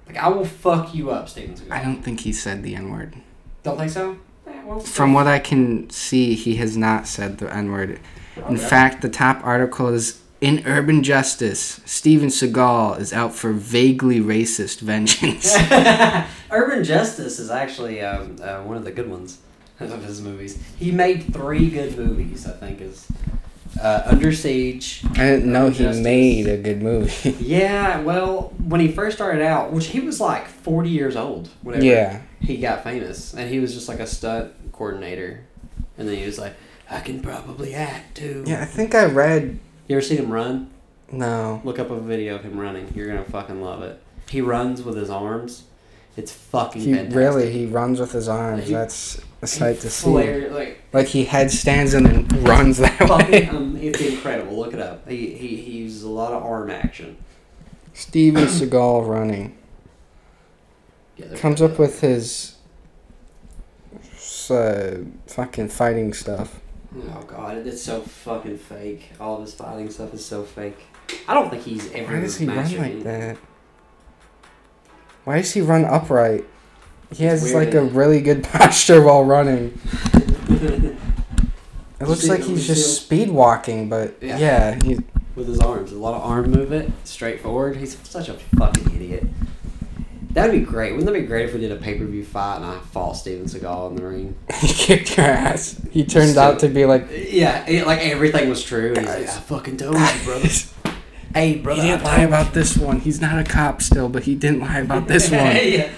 Like I will fuck you up, Steven Seagal.
I don't think he said the N word.
Don't think so. Eh, well,
From what I can see, he has not said the N word. In fact, the top article is in Urban Justice. Steven Seagal is out for vaguely racist vengeance. *laughs*
*laughs* Urban Justice is actually um, uh, one of the good ones *laughs* of his movies. He made three good movies, I think. Is uh, Under Siege.
I didn't know he
Justice.
made a good movie. *laughs*
Yeah, well, when he first started out, which he was like forty years old, whatever.
yeah.
He got famous, and he was just like a stunt coordinator, and then he was like, "I can probably act too."
Yeah, I think I read.
You ever seen him run?
No.
Look up a video of him running. You're gonna fucking love it. He runs with his arms. It's fucking
He
fantastic.
really he runs with his arms.
He-
That's a
He
sight to see.
flare- like
Like he headstands and then runs that
*laughs* fucking,
way.
um, it's incredible. Look it up. He, he, he uses a lot of arm action.
Steven Seagal running
Yeah, there-
comes up with his uh, fucking fighting stuff.
Oh god, it's so fucking fake. All of his fighting stuff is so fake. I don't think he's ever.
Why does he run
mastered
like
anything.
that? Why does he run upright? He has
weird,
like a
isn't it?
really good *laughs* posture while running. It
You
looks
see
like
it?
he's
You see
just speed walking, but
Yeah.
yeah, he,
*laughs*
*laughs*
with his arms. A lot of arm movement, straight forward. He's such a fucking idiot. That'd be great. Wouldn't that be great if we did a pay per view fight and I fought Steven Seagal in the ring?
he kicked your ass. He turned
So-
out to be like
Yeah, it, like everything was true. and He's like, I
Guys.
fucking told you,
*laughs*
brother. hey, brother.
He didn't
I
lie about this one. He's not a cop still, but he didn't lie about this one.
*laughs* yeah.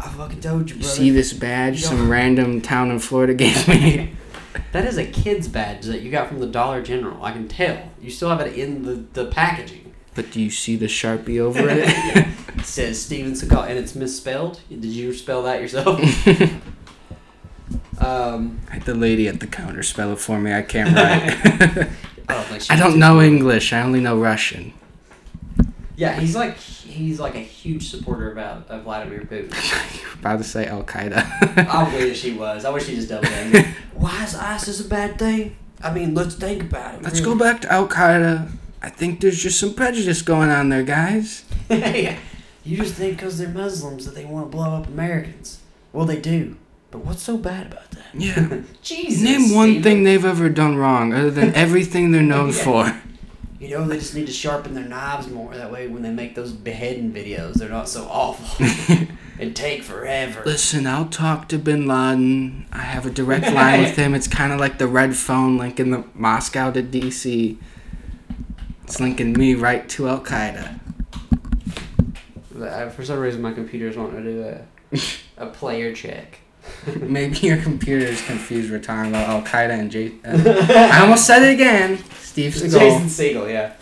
I fucking told you,
You
brother.
see this badge some random town in Florida gave me? *laughs*
that is a kid's badge that you got from the Dollar General. I can tell. You still have it in the, the packaging.
But do you see the Sharpie *laughs* over
*laughs*
it? *laughs*
It says Steven Seagal, and it's misspelled. Did you spell that
*laughs*
yourself? um,
the lady at the counter spell it for me.
*laughs*
I can't write. *laughs*
I don't think she
I don't know English. I only know Russian. *laughs*
Yeah, he's like he's like a huge supporter about of Vladimir Putin.
About to say
*laughs*
Al Qaeda.
I wish he was. I wish he just doubled down.
*laughs*
Why is ISIS a bad thing? I mean, let's think about it.
Let's go back to Al Qaeda. I think there's just some prejudice going on there, guys.
*laughs* yeah. You just think because they're Muslims that they want to blow up Americans. Well, they do. But what's so bad about that?
Yeah.
Jesus.
Name one
Steven.
thing they've ever done wrong, other
*laughs*
than everything they're known
Yeah.
for.
You know, they just need to sharpen their knives more. That way, when they make those beheading videos, they're not so
*laughs*
awful and take forever.
Listen, I'll talk to Bin Laden. I have
*laughs*
a direct line with him. It's kind of like the red phone linking the Moscow to DC. It's linking me right to Al Qaeda.
Uh, For some reason, my computer's wanting to do a, a player *laughs* check.
Maybe your computer is confused. We're talking about Al Qaeda and J. Uh,
*laughs*
I almost said it again. Steve
Jason
Seagal.
Siegel, yeah.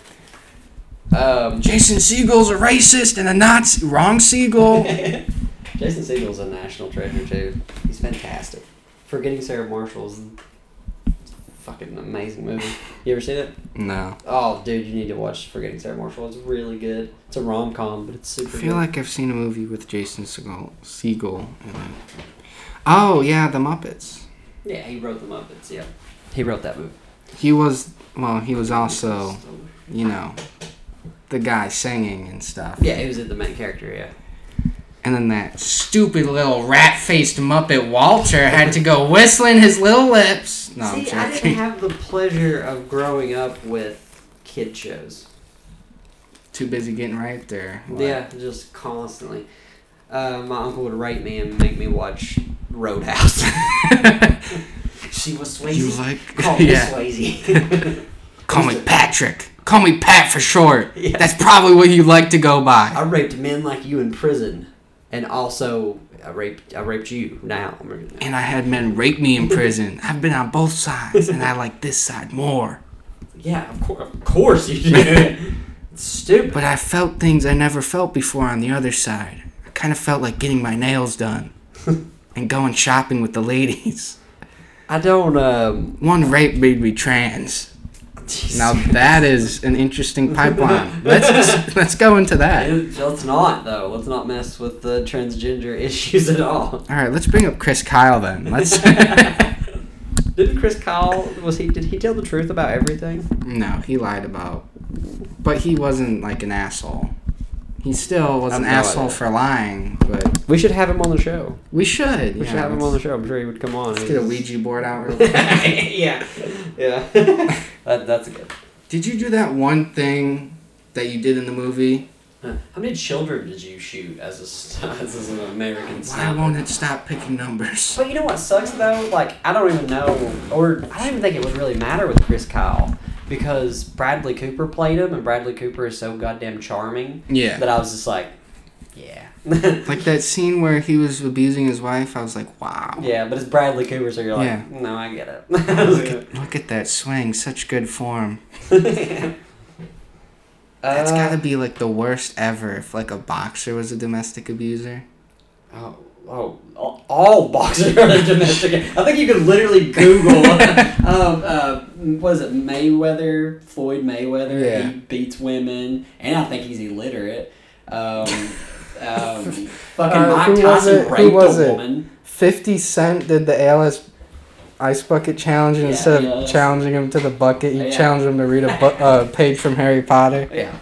Um,
Jason Siegel's a racist and a Nazi.
*laughs*
Wrong Siegel.
Jason Siegel's a national treasure too. He's fantastic. Forgetting Sarah Marshall's fucking amazing movie. You ever seen it?
No.
Oh, dude, you need to watch Forgetting Sarah Marshall. It's really good. It's a rom com, but it's
I
super.
feel
good.
like I've seen a movie with Jason Seagal. Siegel. in it. Oh yeah, The Muppets.
yeah, he wrote the Muppets. Yeah, he wrote that movie.
He was well. He was also, you know, the guy singing and stuff.
Yeah, he was in the main character. Yeah.
And then that stupid little rat-faced Muppet Walter had to go whistling his little lips. No,
See, I
I'm
didn't
joking.
have the pleasure of growing up with kid shows.
*laughs* Too busy getting right there. *laughs*
Yeah, just constantly. Uh, my uncle would rape me and make me watch Roadhouse. *laughs* she was
You
Swayze. *laughs*
like?
Call me
yeah.
Swayze.
Call me Patrick. Call me Pat for short. That's probably what you like to go
*laughs* I
by.
raped men like you in prison, and also I raped I raped you. Now I'm
And I had men rape me in prison. I've been on both sides, and I like this side more.
yeah, of course, of course you did. *laughs* it's stupid.
But I felt things I never felt before on the other side. I kind of felt like getting my nails
*laughs*
done and going shopping with the ladies.
I don't. Um,
One rape made me trans.
jeez.
Now
*laughs*
that is an interesting pipeline. Let's let's go into that.
It- let's not though. Let's not mess with the transgender *laughs* issues at all.
All right, let's bring up Chris Kyle then.
*laughs*
Let's
Didn't Chris Kyle was he? Did he tell the truth about everything?
No, he lied about. But he wasn't like an asshole. He still was
I
an
have no
asshole
idea.
for lying, but
We should have him on the show.
we should.
We
yeah,
should have him on the
let's-
show. I'm sure he would come on.
Let's get a Ouija board out. Real quick.
yeah, *laughs* yeah. that, that's good.
Did you do that one thing that you did in the movie?
Huh. How many children did you shoot as a s- *laughs* as, as an American
Why
sniper?
won't it stop picking *laughs* numbers?
But you know what sucks though? Like I don't even know, or I don't even think it would really matter with Chris Kyle because Bradley Cooper played him, and Bradley Cooper is so goddamn charming
Yeah.
that I was just like, yeah, *laughs* yeah.
Like that scene where he was abusing his wife, I was like, wow.
But it's Bradley Cooper, so you're like,
Yeah.
no, I get it. *laughs*
Look at, look at that swing, such good form. That's
Uh,
gotta be like the worst ever if like a boxer was a domestic abuser.
Oh, oh, all- all *laughs* boxers are domestic. I think you could literally
*laughs*
Google. um, uh, what is it Mayweather? Floyd Mayweather.
Yeah.
He beats women, and I think he's illiterate. Um,
*laughs*
um, fucking
Uh,
Mike
who was
Tyson
it? Who
raped
was
a
it?
woman.
50 Cent did the ALS Ice Bucket Challenge, and
Yeah,
instead
yeah.
of challenging him to the bucket, you
Yeah.
challenged him to read a bu- uh, page from Harry Potter.
Yeah.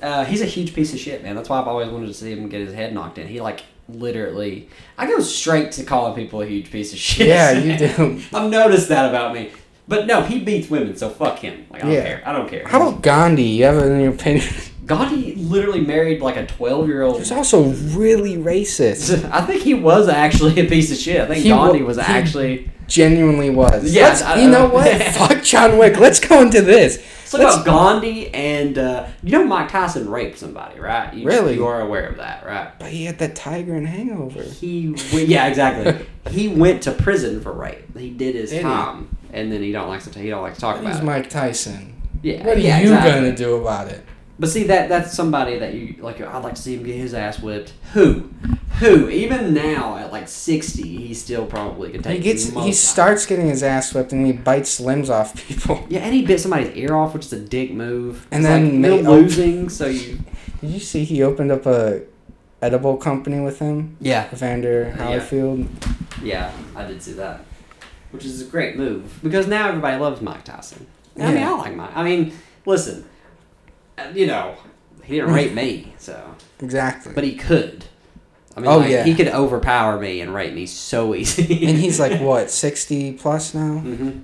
Uh, he's a huge piece of shit, man. That's why I've always wanted to see him get his head knocked in. He like literally. I go straight to calling people a huge piece of shit.
*laughs* *laughs* Yeah, you do.
I've noticed that about me. But no, he beats women, so fuck him. Like I don't
Yeah.
care. I don't care.
How about Gandhi? You have
*laughs*
any opinion?
Gandhi literally married like a 12 year old.
He's also really racist.
*laughs* I think he was actually a piece of shit. I think
He wa-
Gandhi was
he-
actually.
Genuinely was.
Yeah,
Let's-
I-
you
*laughs*
know what? Fuck John Wick. Let's go into this.
It's about Gandhi and uh, you know Mike Tyson raped somebody, right? You,
Really?
you are aware of that,
*laughs*
right?
But he had that tiger and hangover.
He went, yeah, exactly. he went to prison for rape. He did his
Did he?
time, and then he don't like to he don't like to talk
He's
about it.
Mike Tyson.
yeah,
What are
yeah,
you
exactly.
gonna do about it?
But see that that's somebody that you like. I'd like to see him get his ass whipped. Who, who? Even now at like sixty, he still probably could take.
He gets.
most
He starts getting his ass whipped, and he bites limbs off *laughs* people.
Yeah, and he bit somebody's ear off, which is a dick move.
And
It's
then
like,
made-
you're losing, so
*laughs*
you
Did you see he opened up a edible company with him,
yeah
Evander
Yeah.
Holyfield?
yeah I did see that, which is a great move because now everybody loves Mike Tyson. I mean,
Yeah.
I like Mike. I mean, listen, uh, you know, he didn't rape me, so
Exactly.
but he could. I mean,
Oh,
like,
yeah.
he could overpower me and rape me so easy. *laughs*
and he's like what, sixty plus now?
hmm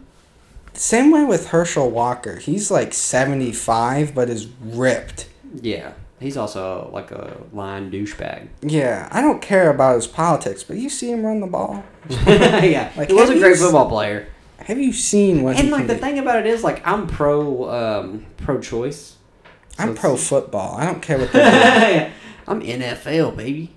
Same way with Herschel Walker. He's like seventy five, but is ripped.
yeah, he's also like a lying
*laughs*
douchebag.
Yeah, I don't care about his politics, but you see him run
*laughs*
the ball.
yeah,
Like,
he was a
have you
great
s-
football player.
Have you seen what?
And
he
like
can
the
do?
thing about it is, like I'm pro um, pro *laughs*
*laughs*
choice.
I'm pro football. I don't
*laughs*
care what they do.
I'm NFL baby.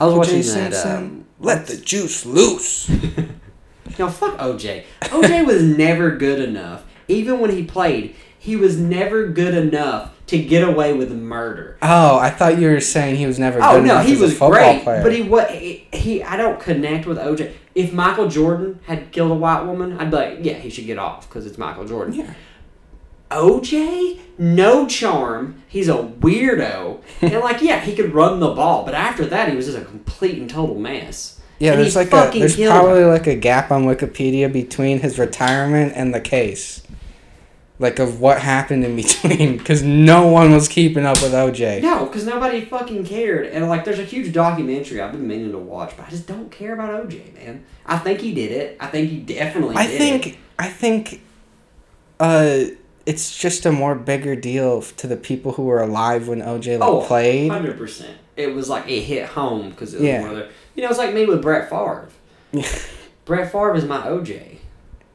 I was
O.J.
watching that.
Simpson,
Um,
let the juice loose.
*laughs* no, fuck OJ. OJ was never good enough. Even when he played, he was never good enough to get away with murder.
Oh, I thought you were saying he was never. Good
Oh no,
enough
he
as
was
a football
great,
player.
but he what he I don't connect with OJ. If Michael Jordan had killed a white woman, I'd be like, yeah, he should get off because it's Michael Jordan.
Yeah.
OJ, no charm. He's a
*laughs*
weirdo, and like, yeah, he could run the ball, but after that, he was just a complete and total mess.
Yeah,
And he
there's like a
fucking
there's
killed
probably like a gap on Wikipedia between his retirement and the case, like of what happened in between, because no one was keeping up with OJ.
No, because nobody fucking cared. And like, there's a huge documentary I've been meaning to watch, but I just don't care about OJ, man. I think he did it. I think he definitely.
I
did It.
think I think, uh, it's just a more bigger deal to the people who were alive when OJ like
Oh,
played.
Hundred percent. It was like it hit home because it was
Yeah. *laughs*
one of the. You know, it's like me with Brett Favre. Brett Favre is my OJ.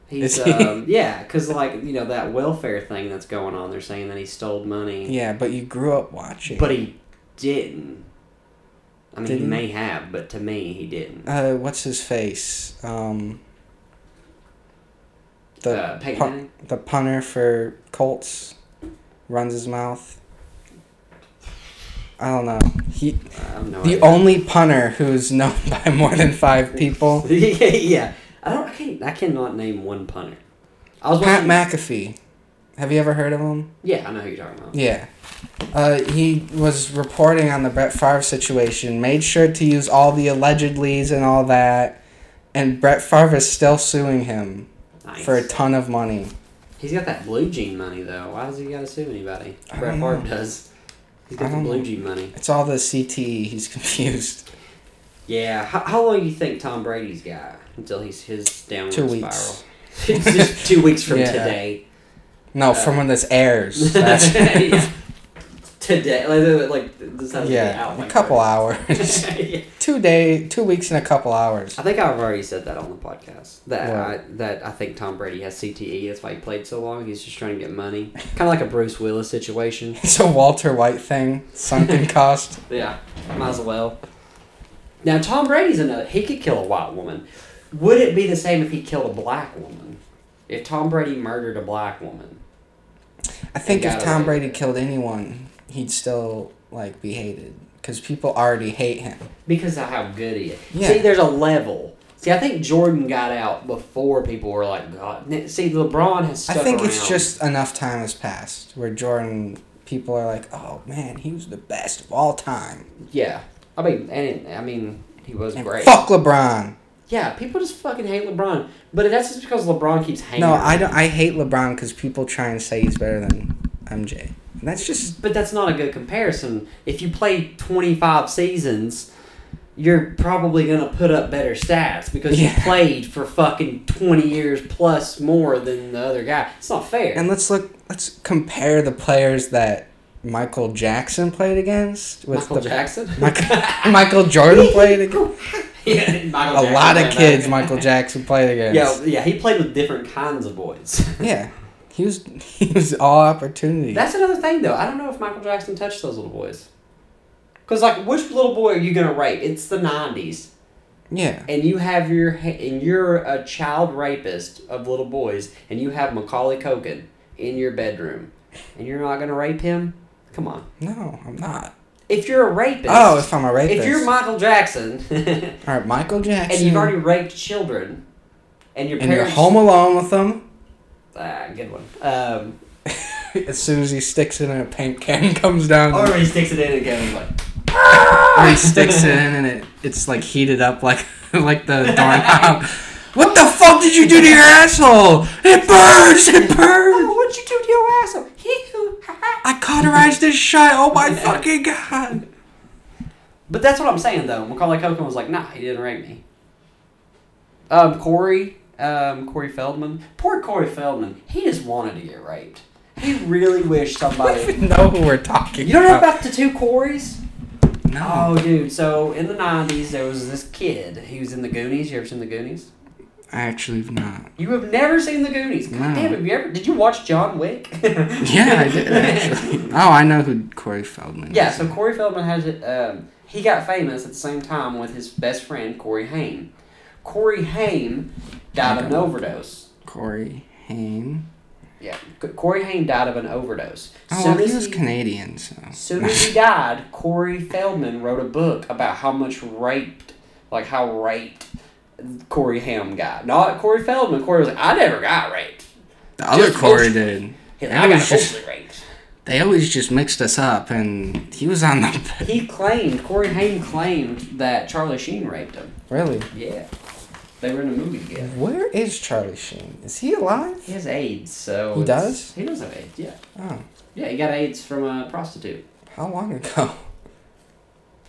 He's
Is he?
um, yeah, because like you know that welfare thing that's going on. They're saying that he stole money,
Yeah, but you grew up watching.
but he didn't. I mean, he
Didn't?
may have, but to me, he didn't.
uh, what's his face? Um, the
uh, Peyton
pu-
Manning?
the punter for Colts runs his mouth. I don't know. He
I have no
the
idea.
only punter who's *laughs* known by more than five people.
*laughs* yeah, I don't. I can't. I cannot name one punter. I was
Pat
watching,
McAfee. Have you ever heard of him?
Yeah, I know who you're talking about.
Yeah. Uh, he was reporting on the Brett Favre situation, made sure to use all the allegedlys and all that, and Brett Favre is still suing him
Nice.
for a ton of money.
He's got that blue jean money though. Why does he gotta sue anybody?
I
Brett
don't
Favre
know.
does. He's
I
got the
don't
blue
know.
jean money.
It's all the CTE, he's *laughs* confused.
Yeah. How, how long do you think Tom Brady's got until he's his downward
Two
spiral? *laughs*
weeks.
it's just two weeks from
*laughs* Yeah.
today.
No, from when this airs. That's-
Uh, *laughs* Yeah. Today, like, like this has to be out.
*laughs* yeah, a
like,
couple
right-
hours. *laughs*
*laughs* Yeah.
two day, two weeks and a couple hours.
I think I've already said that on the podcast that I,
What?
that I think Tom Brady has CTE. That's why he played so long. He's just trying to get money, kind of like a Bruce Willis situation.
It's a Walter White thing,
*laughs*
sunken cost.
Yeah, might as well. Now Tom Brady's another. He could kill a white woman. Would it be the same if he killed a black woman? If Tom Brady murdered a black woman,
I think
They
if
gotta
Tom
be.
Brady killed anyone, he'd still like be hated because people already hate him.
because of how good he is.
Yeah.
See, there's a level. See, I think Jordan got out before people were like, God. N- See, LeBron has.
I
Stuck
think it's
around.
just enough time has passed where Jordan people are like, oh man, he was the best of all time.
yeah. I mean, and I mean, he was
And
great.
fuck LeBron.
Yeah, people just fucking hate LeBron, but that's just because LeBron keeps hanging.
No,
around.
I don't. I hate LeBron because people try and say he's better than MJ. And that's just
But that's not a good comparison. If you play 25 seasons, you're probably going to put up better stats because you
Yeah.
played for fucking 20 years plus more than the other guy. It's not fair.
and let's look. Let's compare the players that Michael Jackson played against with
Michael
the
Jackson?
*laughs* Michael,
*laughs*
Michael Jordan played against
yeah, Michael
a
Jackson
lot of
went
kids.
back.
Michael Jackson
*laughs*
played
Yeah,
against.
yeah, he played with different kinds of
*laughs*
boys.
yeah. He was *laughs* he was all opportunity.
That's another thing, though. I don't know if Michael Jackson touched those little boys. Because, like, which little boy are you going to rape? It's the 90s.
yeah.
and you have your ha- and you're a child rapist of little boys, and you have Macaulay Culkin in your bedroom, and you're not gonna rape him? Come on.
No, I'm not.
If you're a rapist,
Oh, if I'm a
if
rapist.
you're Michael Jackson, *laughs* and
all right, Michael Jackson.
you've already raped children, and your
and you're
parents,
home alone with him.
ah, good one. Um,
As soon as he sticks it in a paint can, comes down.
or he sticks it in again. he's Like,
or he sticks it in and it, it's like heated up like *laughs* like the
*laughs*
doorknob. What the fuck did you do to your asshole? It burns! It
oh,
burns!
what'd you do to your asshole? He who. ha, ha."
I cauterized this shot. Oh my fucking god!
But that's what I'm saying though. Macaulay Culkin was like, nah, he didn't rape me. Um, Corey, um, Corey Feldman. Poor Corey Feldman. He just wanted to get raped. He
*laughs*
really wished
I
somebody.
don't even know who we're talking.
you don't know
about.
about the two Coreys?
Uh, No,
Oh, dude. So in the '90s, there was this kid. He was in the Goonies. You ever seen the Goonies?
I actually have not.
You have never seen the Goonies. God
No.
damn it! Have you ever? Did you watch John Wick?
Yeah,
*laughs*
I *laughs* did actually. Oh, I know who Corey Feldman. is.
Yeah, so Corey Feldman has it. Um, he got famous at the same time with his best friend Corey Haim. Corey Haim died of an overdose.
Corey Haim.
Yeah, C- Corey Haim died of an overdose.
Oh,
soon,
well,
as
he was
he,
Canadian, so.
soon as
*laughs*
he died, Corey Feldman wrote a book about how much raped, like how raped Corey Haim got. Not Corey Feldman. Corey was like, I never got raped.
The other
Just
Corey
hope-
did.
He's like,
That
I got
was just-
hopefully raped.
They always just mixed us up, and he was on the. *laughs*
He claimed Corey Haim claimed that Charlie Sheen raped him.
Really?
Yeah, they were in a movie together.
Where is Charlie Sheen? Is he alive?
He has AIDS, so
He
it's-
does?
He does have AIDS. Yeah,
Oh,
yeah. He got AIDS from a prostitute.
how long ago? *laughs*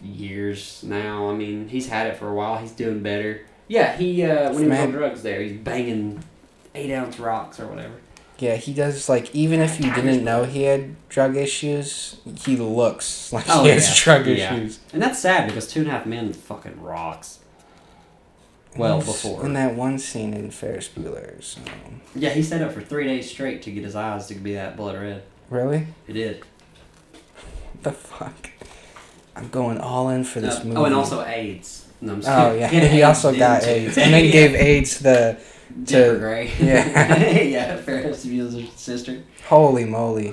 Years now. I mean, he's had it for a while. He's doing better. Yeah, he uh, when he was
Man.
on drugs, there he's banging eight ounce rocks or whatever.
Yeah, he does. Like, even if you didn't know he had drug issues, he looks like
Oh,
he has
yeah.
drug
Yeah.
issues.
And that's sad because Two and a Half Men fucking rocks.
Well, before.
in that one scene in Ferris Bueller's. Um,
Yeah, he sat up for three days straight to get his eyes to be that blood red.
really?
It did.
The fuck? I'm going all in for this
Uh,
movie.
oh, and also AIDS. No, I'm just
Oh
*laughs* kidding.
yeah, *laughs*
And
he also
didn't
got
too.
AIDS, and then gave AIDS the
Jennifer
to-
Grey.
*laughs* yeah.
yeah, Ferris Bueller's
*laughs*
sister.
holy moly,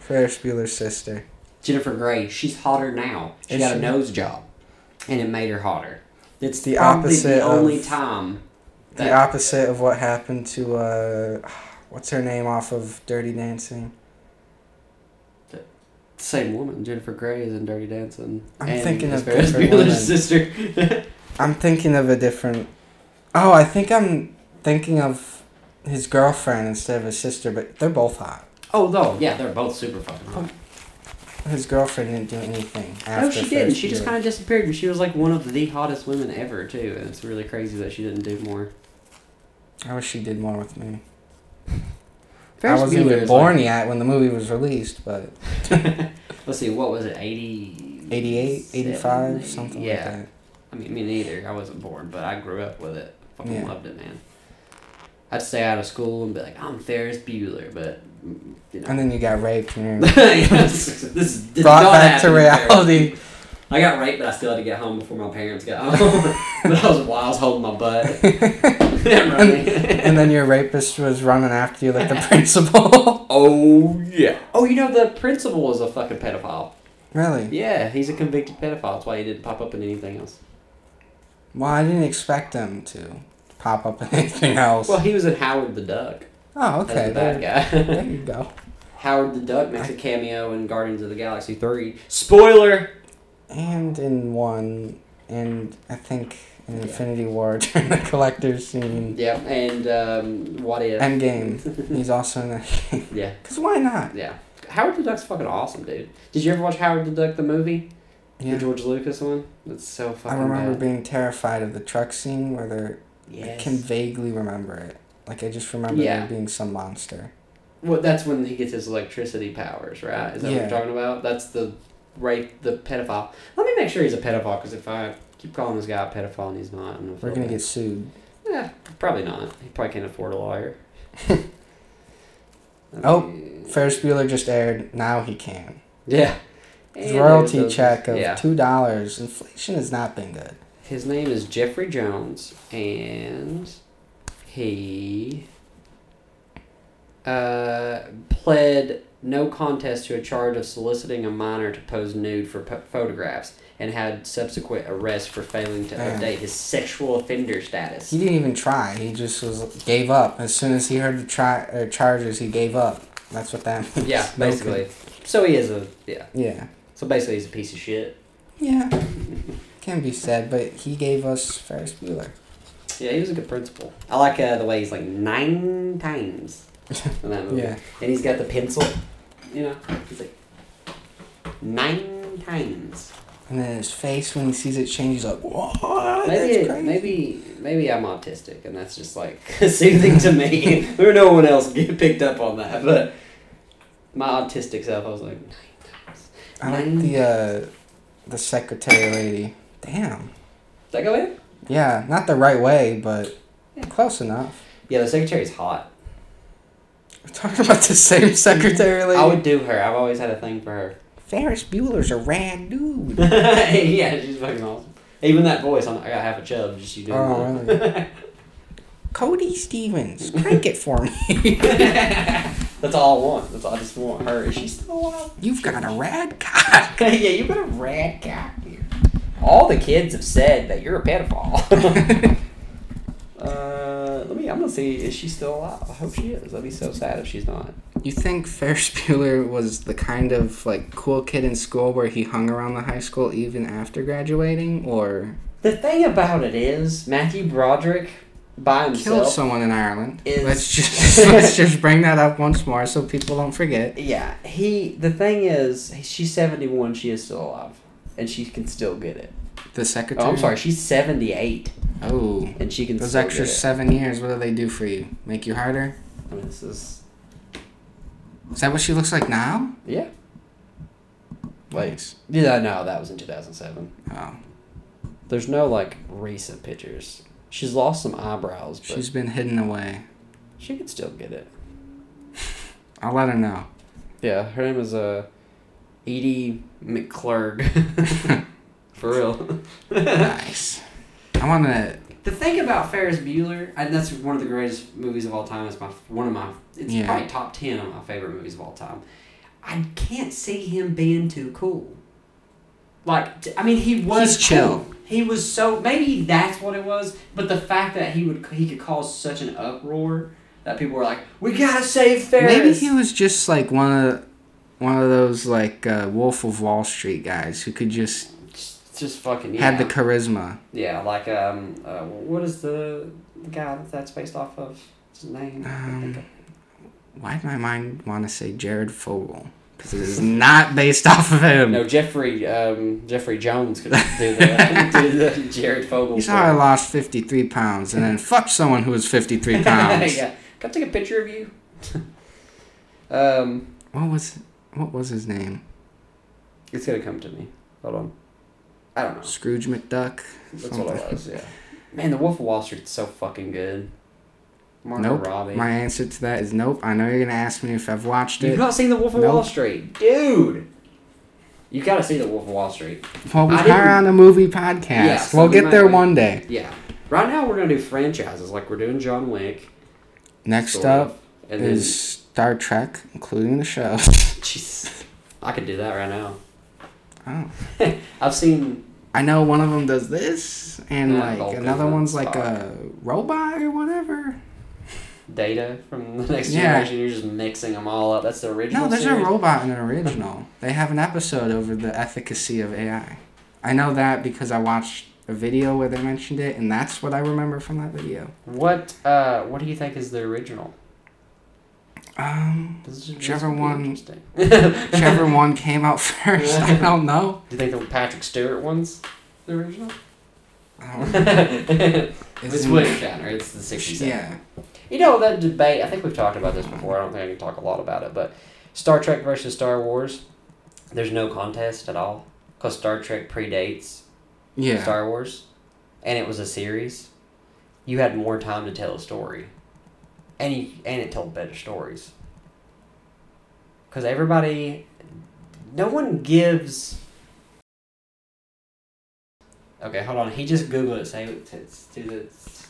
Ferris Bueller's sister.
Jennifer Grey, she's hotter now. She
Is
got
she?
a nose job, and it made her hotter.
It's the
Probably
opposite
The only
of
time.
the opposite of what happened to uh, what's her name off of Dirty Dancing.
Same woman, Jennifer Grey, is in Dirty Dancing.
I'm
and
thinking
is
of
Ferris
different
Bueller's
women.
sister.
I'm thinking of a different. Oh, I think I'm thinking of his girlfriend instead of his sister, but they're both hot.
oh no, yeah, they're both super fucking
Oh,
hot.
His girlfriend didn't do anything. After
No, Oh, she
Ferris
didn't. She just
Bueller.
kind of disappeared, but she was like one of the hottest women ever too, and it's really crazy that she didn't do more.
I wish she did more with me.
Ferris
I wasn't
Bueller
even
is,
born
like-
yet when the movie was released, but
Let's see, what was it, 80,
88, 85,
87,
something
yeah.
like
I mean, me neither. I wasn't born, but I grew up with it. Fucking
Yeah.
loved it, man. I'd stay out of school and be like, I'm Ferris Bueller, but mm, you
that.
know. *laughs*
And then you got raped and you're
this, this did
brought
not
back to
happen, Ferris
reality.
I got raped, but I still had to get home before my parents got home. *laughs* but I was wild, I was holding my butt. *laughs*
*laughs* and then your rapist was running after you
*laughs*
like the principal. *laughs*
oh yeah. Oh, you know the principal was a fucking pedophile.
really?
Yeah, he's a convicted pedophile. That's why he didn't pop up in anything else.
Well, I didn't expect them to pop up in *laughs* anything else.
Well, he was in Howard the Duck.
oh,
Okay,
okay.
the
There,
bad guy.
there you go.
Howard the Duck makes a cameo in Guardians of the Galaxy three. Spoiler.
And in one, and I think in Infinity War *laughs* during the collector's scene.
Yeah, and um, what if?
Endgame. He's also *laughs* in
*laughs*
that.
yeah,
Because why not?
yeah. Howard the Duck's fucking awesome, dude. Did you ever watch Howard the Duck the movie? The
Yeah.
George Lucas one. That's so
I
fucking.
remember
bad.
being terrified of the truck scene where they're I
Yes.
can vaguely remember it. Like I just remember
Yeah.
there being some monster.
Well, that's when he gets his electricity powers, right? Is that what
Yeah.
you're talking about? That's the rape, the pedophile. Let me make sure he's a pedophile, because if I keep calling this guy a pedophile and he's not, I'm gonna
We're
feel
gonna
bad.
get sued.
Yeah, probably not. He probably can't afford a
*laughs*
lawyer.
Oh, Ferris Bueller just aired. Now he can.
Yeah.
His
And
royalty
there's those-
check of
yeah.
two dollars. Inflation has not been good.
His name is Jeffrey Jones, and he uh, pled no contest to a charge of soliciting a minor to pose nude for po- photographs and had subsequent arrests for failing to
Damn.
update his sexual offender status.
He didn't even try. He just was gave up as soon as he heard the tri- uh, charges. He gave up. That's what that *laughs* means.
Yeah,
No
basically. So he is a yeah.
con- yeah.
So basically, he's a piece of shit.
Yeah. Can be said, but he gave us Ferris Bueller.
Yeah, he was a good principal. I like uh, the way he's like nine times in that movie.
*laughs* Yeah.
And he's got the pencil. You know, he's like nine times.
And then his face when he sees it change, he's like,
Maybe,
"What? That's
it,
crazy."
maybe, maybe I'm autistic, and that's just like *laughs* soothing to me. *laughs* Or no one else get picked up on that, but my autistic self, I was like,
I like the uh, the secretary lady. Damn.
"Did I go in?"
Yeah, not the right way, but close enough.
Yeah, the secretary's hot.
We're talking about
*laughs*
the same secretary lady.
I would do her. I've always had a thing for her. *laughs*
Ferris Bueller's a rad dude.
yeah, she's fucking awesome. Even that voice, I'm, I got half a chub just you doing
Oh,
that.
really? Cody Stevens, crank it for me. *laughs*
That's all I want. That's all I just want her. Is she still alive? *laughs*
You've got a rad cock.
yeah, you've been a rad guy here. All the kids have said that you're a
*laughs*
pedophile. *laughs* uh, let me. I'm gonna see. Is she still alive? I hope she is. I'd be so sad if she's not.
*laughs* You think Ferris Bueller was the kind of like cool kid in school where he hung around the high school even after graduating, or
The thing about it is, Matthew Broderick by
killed
himself.
someone in Ireland?
Is-
Let's just *laughs* let's just bring that up once more so people don't forget.
Yeah, he. The thing is, she's 71. She is still alive, and she can still get it.
The secretary.
Oh, I'm sorry. She's 78,
Oh.
and she can.
Those
still
extra
Get it.
seven years, what do they do for you? Make you harder?
I mean, this is.
Is that what she looks like now?
Yeah.
Nice.
Yeah, no, that was in 2007.
Oh.
There's no like recent pictures. She's lost some eyebrows, but
She's been hidden away.
she could still get it.
I'll let
*laughs*
her know.
Yeah, her name is uh, Edie McClurg. *laughs* For real.
nice. I want to.
The thing about Ferris Bueller, and that's one of the greatest movies of all time. It's my one of my. It's
Yeah.
probably top ten of my favorite movies of all time. I can't see him being too cool. Like t- I mean, he was
He's chill.
cool. He was so maybe that's what it was. But the fact that he would he could cause such an uproar that people were like, "We gotta save Ferris."
Maybe he was just like one of one of those like uh, Wolf of Wall Street guys who could just
just, just fucking yeah.
had the charisma.
yeah, like um, uh, what is the the guy that that's based off of? What's his name? I can't think
Uh,
of-
Why did my mind want to say Jared Fogle? Because it is not based *laughs* off of him.
No, Jeffrey um, Jeffrey Jones could do
*laughs*
that. do the Jared Fogle.
You saw I
thing.
lost 53 pounds and then fucked someone who was 53
*laughs*
pounds.
yeah. Can I take a picture of you? um,
What was what was his name?
it's gonna come to me. Hold on. I don't know.
Scrooge McDuck.
That's what it was. Yeah. Man, The Wolf of Wall Street's so fucking good. Margot
Nope.
Robbie.
My answer to that is nope. I know you're gonna ask me if I've watched
You've
it.
not seen The Wolf of
Nope.
Wall Street, dude. You gotta see The Wolf of Wall Street.
Well,
I
we are
didn't-
on a movie podcast.
Yeah, so
we'll
we
get
might
there
be-
one day.
Yeah. Right now we're gonna do franchises like we're doing John Wick.
Next
sort
up
of, and then
is Star Trek, including the
*laughs*
show. *laughs*
Jesus, I could do that right now.
Oh.
*laughs* I've seen.
I know one of them does this, and
Yeah,
like
Vulcan
another
and
one's like
Spock.
a robot or whatever.
Data from the next
Yeah.
generation. You're just mixing them all up. That's the original.
No, there's a
series.
robot in the original. they have an episode over the efficacy of AI. I know that because I watched a video where they mentioned it, and that's what I remember from that video.
What uh, What do you think is the original?
Um,
This is- this
Whichever
would be
one-
Interesting. *laughs*
whichever one came out *laughs* first, I don't know.
Do you think the Patrick Stewart one's the original? *laughs*
I don't know.
it's
Isn't-
William Shatner. It's the '60s.
Yeah,
You know that debate. I think we've talked about this before. I don't think I can talk a lot about it, but Star Trek versus Star Wars. There's no contest at all because Star Trek predates
yeah.
Star Wars, and it was a series, you had more time to tell a story, and you, and it told better stories. Because everybody, no one gives. Okay, hold on. He just Google it. Say it. it's- Do the.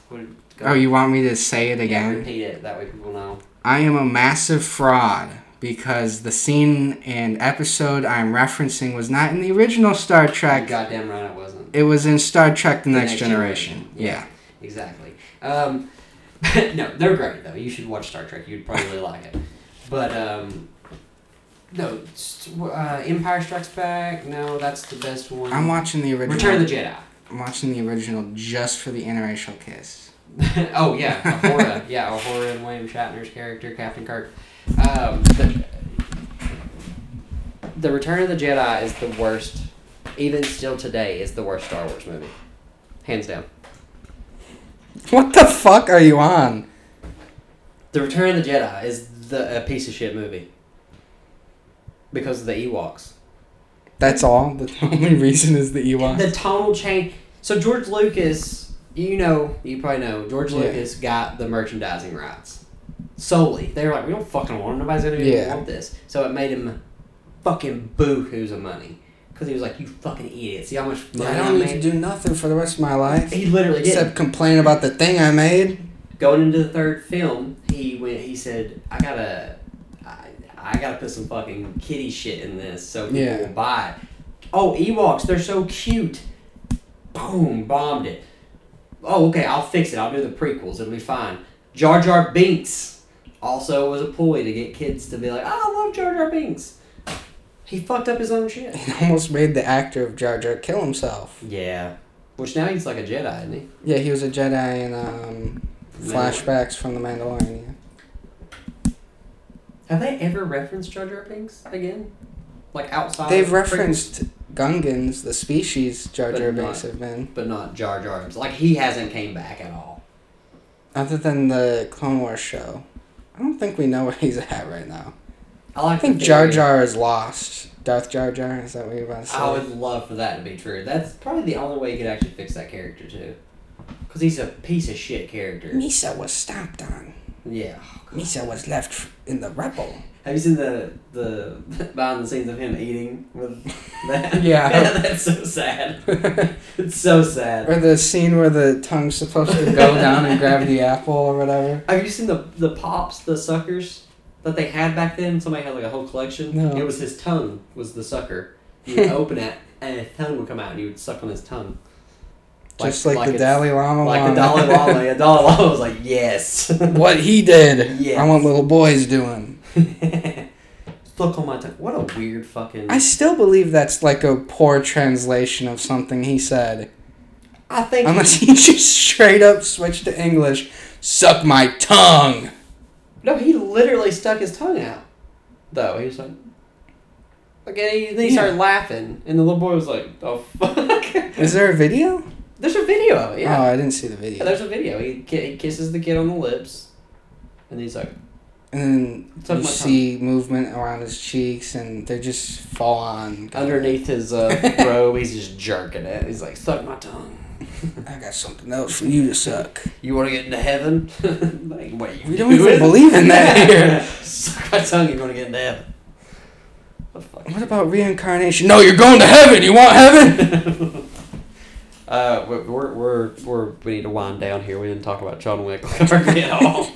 What, go-
Oh, you want me to say it
Yeah,
again?
repeat it. That way people know.
I am a massive fraud because the scene and episode I'm referencing was not in the original Star
You
Trek.
goddamn right, it wasn't.
It was in Star Trek: The,
The
Next,
Next
Generation.
Generation.
Yeah.
Exactly. Um, *laughs* no, they're great though. You should watch Star Trek. You'd probably like it. But um, no, s- uh, Empire Strikes Back. No, that's the best one.
I'm watching the original.
Return of the Jedi. *laughs*
I'm watching the original just for the interracial kiss.
oh yeah, Ahura. yeah, Ahura and William Shatner's character, Captain Kirk. Um, the, the Return of the Jedi is the worst. Even still today, is the worst Star Wars movie, hands down.
What the fuck are you on?
The Return of the Jedi is the a piece of shit movie because of the Ewoks.
That's all. The *laughs* only reason is the Ewoks. *laughs*
The tonal change. So George Lucas, you know, you probably know, George
Yeah.
Lucas got the merchandising rights solely. They were like, we don't fucking want it. Nobody's gonna even
Yeah.
want this. So it made him fucking boo-hoos of money because he was like, you fucking idiots. See how much money
I
I,
don't need to
made?
do nothing for the rest of my life
he literally did.
except complain about the thing I made. *laughs*
going into the third film, he went. He said, "I gotta, I, I gotta put some fucking kitty shit in this so people
Yeah.
will buy." it." Oh, Ewoks, they're so cute. Boom, bombed it. Oh, okay, I'll fix it. I'll do the prequels. It'll be fine. Jar Jar Binks also was a ploy to get kids to be like, oh, "I love Jar Jar Binks." He fucked up his own shit.
It almost made the actor of Jar Jar kill himself.
Yeah. Which now he's like a Jedi, isn't he?
Yeah, he was a Jedi in um, flashbacks from The Mandalorian. yeah.
Have they ever referenced Jar Jar Binks again? Like outside.
They've
of the prequels?
referenced Gungans, the species Jar
But
Jar
not-
Binks have been.
but not Jar Jar. It's Like he hasn't came back at all.
Other than the Clone Wars show, I don't think we know where he's at right now.
I like
I think
the
Jar
theory.
Jar is lost. Darth Jar Jar, is that what you're about to say?
I would love for that to be true. That's probably the only way you could actually fix that character too.
Because he's a piece of shit character.
Misa was stomped on.
Yeah.
Misa was left in
*laughs*
the rubble.
Have you seen the the *laughs* behind the scenes of him eating with that?
*laughs*
*laughs*
Yeah.
that's so sad. It's so sad.
Or the scene where the tongue's supposed to go down and grab the apple or whatever.
Have you seen the the pops, the suckers that they had back then? Somebody had like a whole collection.
No.
It was his tongue was the sucker.
*laughs*
You would open it and his tongue would come out and you would suck on his tongue.
Just like, the
it's-
Dalai Lama.
Like the Dalai
wanted.
Lama.
*laughs*
The Dalai Lama was like, yes. *laughs*
what he did.
Yes.
I want little boys doing.
Suck on my tongue. What a weird fucking.
I still believe that's like a poor translation of something he said.
I think.
Unless he *laughs* just straight up switched to English. Suck my tongue.
*laughs* No, he literally stuck his tongue out. Though he was like,
Okay, and then he started laughing, and the little boy was like, "Oh fuck!"
*laughs*
Is there a video?
There's a video of it. Yeah,
Oh, I didn't see the
Yeah,
video.
there's a video. He, ki- he kisses the kid on the lips, and he's like,
and
Suck
then you
my
see movement around his cheeks, and they're just full on.
underneath his uh,
*laughs*
robe, he's just jerking it. He's like, "Suck my tongue."
I got something else for you to suck.
You want to get into heaven? *laughs* like, wait,
We don't even believe in
*laughs*
that here.
Suck my tongue. You want to get into heaven? What the fuck?
What about reincarnation? No, you're going to heaven. You want heaven?
*laughs* Uh, we're, we're we're we're we need to wind down here. We didn't talk about John Wick *laughs* hardly at
*laughs*
all.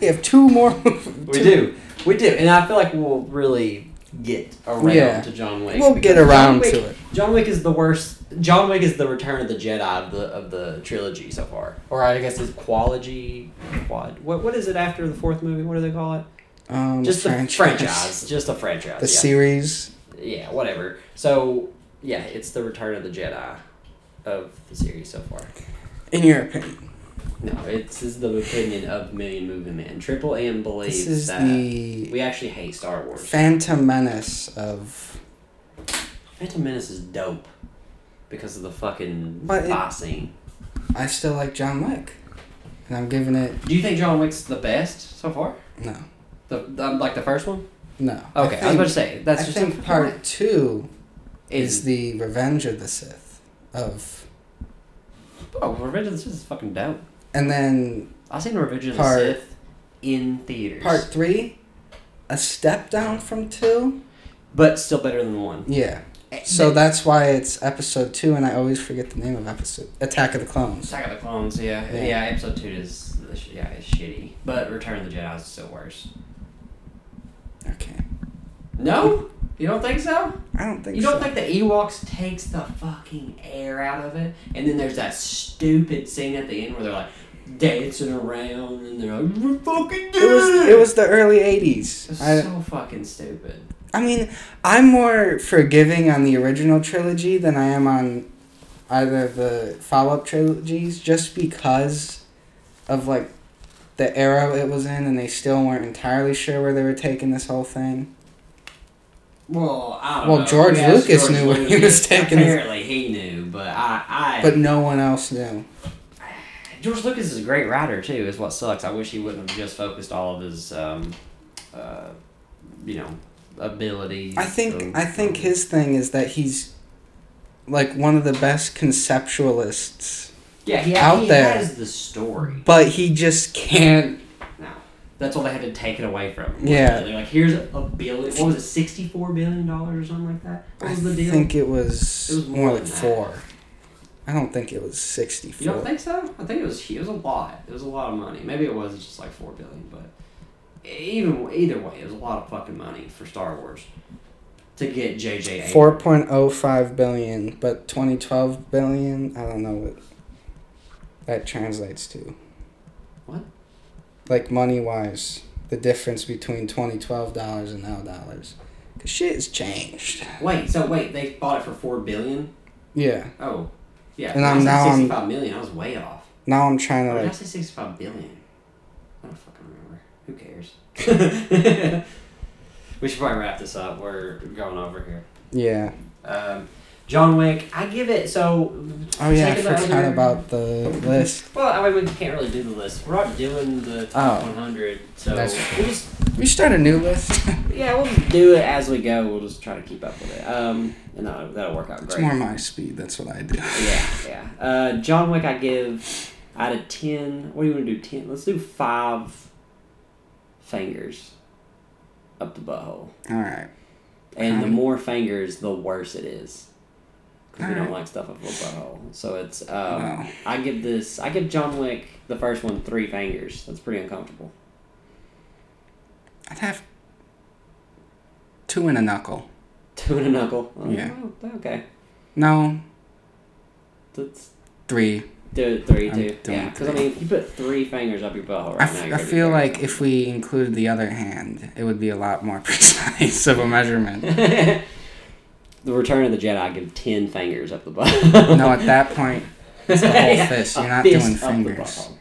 we have two more. *laughs*
we do, we do, and I feel like we'll really get around
Yeah.
to John Wick.
We'll get
because John
around
Wick-
to it.
John Wick is the worst. John Wick is the Return of the Jedi of the of the trilogy so far, or I guess his qualogy quad. What what is it after the fourth movie? What do they call it?
Um,
Just the
franchise.
franchise. Just a franchise.
The
yeah.
series.
yeah, whatever. So yeah, it's the Return of the Jedi of the series so far.
In your opinion,
No, it's is the opinion of Million Movie Man. Triple M believes
this is
that
the
we actually hate Star Wars.
Phantom Menace of.
Phantom Menace is dope because of the fucking
But it-
fight scene.
I still like John Wick, and I'm giving it
Do you think John Wick's the best so far?
no,
The, the like the first one.
no.
Okay, I, was about to
think-
say that's
I
just
think
a
part
part
two is
is
the Revenge of the Sith of,
oh Revenge of the Sith is fucking dope.
and then
I seen Revenge of
Part-
the Sith in theaters,
part three, a step down from two.
but still better than one.
Yeah. Eh, So that's why it's episode two, and I always forget the name of episode Attack of the Clones.
Attack of the Clones, yeah,
Yeah.
yeah. episode two is yeah, it's shitty, but Return of the Jedi is still worse.
Okay. *laughs*
No, you don't think so?
I don't think
You don't
so.
think the Ewoks takes the fucking air out of it? And then there's that stupid scene at the end where they're like dancing around and they're like, "We fucking did
it was it was the early '80s.
It's
I,
so fucking stupid.
I mean, I'm more forgiving on the original trilogy than I am on either of the follow up trilogies just because of like the era it was in and they still weren't entirely sure where they were taking this whole thing.
Well, I don't
Well,
know.
George
Yes,
Lucas knew what he was taking.
Apparently, he knew, but I, I.
But no one else knew.
George Lucas is a great writer too. Is what sucks. I wish he wouldn't have just focused all of his, um, uh, you know, abilities. um,
I think
on-
I think
on-
his thing is that he's like one of the best conceptualists,
yeah he,
out
he
there-
has the story.
but he just can't.
now. That's all they had to take it away from. him.
Yeah.
they're like, here's a billion. What was it, sixty-four billion dollars or something like that? What
I
was the deal?
think it was,
It was
more
more
like
than that.
four. I don't think it was sixty-four.
You don't think so? I think it was it was a lot. It was a lot of money. Maybe it was just like four billion, but even either way, it was a lot of fucking money for Star Wars to get JJ. Abrams.
4.05 billion, but 2012 billion, I don't know what that translates to.
What?
Like money wise, the difference between 2012 dollars and now dollars. Because shit has changed.
Wait, so wait, they bought it for four billion?
Yeah.
Oh, yeah.
And
when I
I'm
said
now on-
sixty-five million, I was way off.
Now I'm trying
Why
to
did I
like.
say sixty-five billion? I don't fucking remember. Who cares? *laughs* we should probably wrap this up. We're going over here.
Yeah.
Um, John Wick, I give it. So
Oh, yeah, I
Second
forgot
other-
about the list.
Well, I mean, we can't really do the list. We're not doing the top
Oh.
100, so
That's-
we'll just
We start a new list. *laughs*
Yeah, we'll do it as we go. We'll just try to keep up with it. Um, and that'll, that'll work out
it's
great.
more my speed. That's what I do.
Yeah, yeah. Uh, John Wick, I give out of ten. What do you want to do? Ten? Let's do five fingers up the butthole.
All right.
And the
Okay.
more fingers, the worse it is. Because we don't
Alright. Uh-huh.
like stuff up a butthole. So it's. Um,
Wow.
I give this. I give John Wick the first one three fingers. That's pretty uncomfortable.
I'd have two and a knuckle.
Two and a knuckle. Oh,
Yeah.
Okay.
No,
Let's
three.
do it three
I'm
too.
doing
Yeah. Because I
three.
mean, if you put three fingers up your butthole right now,
I, f-
you're
I
gonna be
feel
very
like if we included the other hand, it would be a lot more *laughs* precise of a measurement.
the Return of *laughs* the Jedi I give ten fingers up the butthole.
no, at that point,
*laughs*
it's the whole fist. You're
A
not
fist
doing
up the
fingers.
butthole.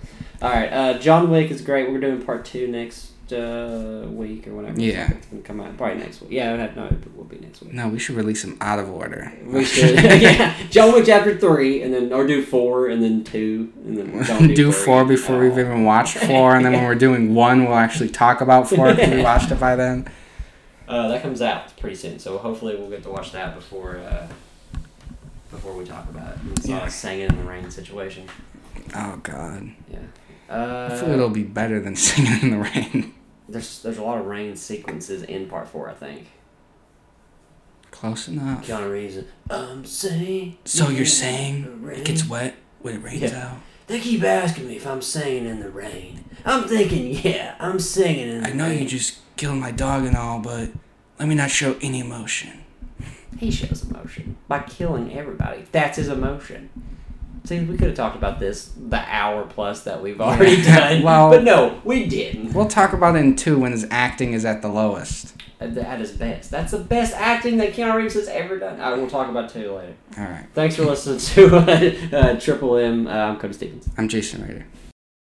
All right, uh, John Wick is great. We're doing part two next uh, week or whatever.
Yeah.
it's gonna come out probably next week. Yeah, it- no, it will be next
*laughs*
week.
No, we should release them out of order.
We should, *laughs* yeah, John Wick chapter three, and then or do four, and then two, and then
*laughs*
don't do,
do
three
four
at
before
all.
we've even watched four, and then when we're doing one, we'll actually talk about four
*laughs*
if we watched it by then.
Uh, that comes out pretty soon, so hopefully we'll get to watch that before uh, before we talk about it. It's not
Yeah.
a singing in the rain situation.
Oh God!
Yeah.
Hopefully,
Uh,
it'll be better than *laughs* singing in the rain.
there's there's a lot of rain sequences in part four, I think.
Close enough.
Keanu Reeves, is, I'm saying.
So you're saying
rain.
it gets wet when it rains
Yeah.
out?
They keep asking me if I'm singing in the rain. I'm thinking, yeah, I'm singing in the
I know you
rain.
just killed my dog and all, but let me not show any emotion.
He shows emotion by killing everybody. That's his emotion. See, we could have talked about this the hour plus that we've *laughs* already done.
Well-
but no, we didn't.
We'll talk about it in two when his acting is at the lowest.
At the- at his best. That's the best acting that Keanu Reeves has ever done. I will talk about two later.
All right.
*laughs* Thanks for listening to uh, uh, Triple M. Uh, I'm Cody Stevens.
I'm Jason Rader.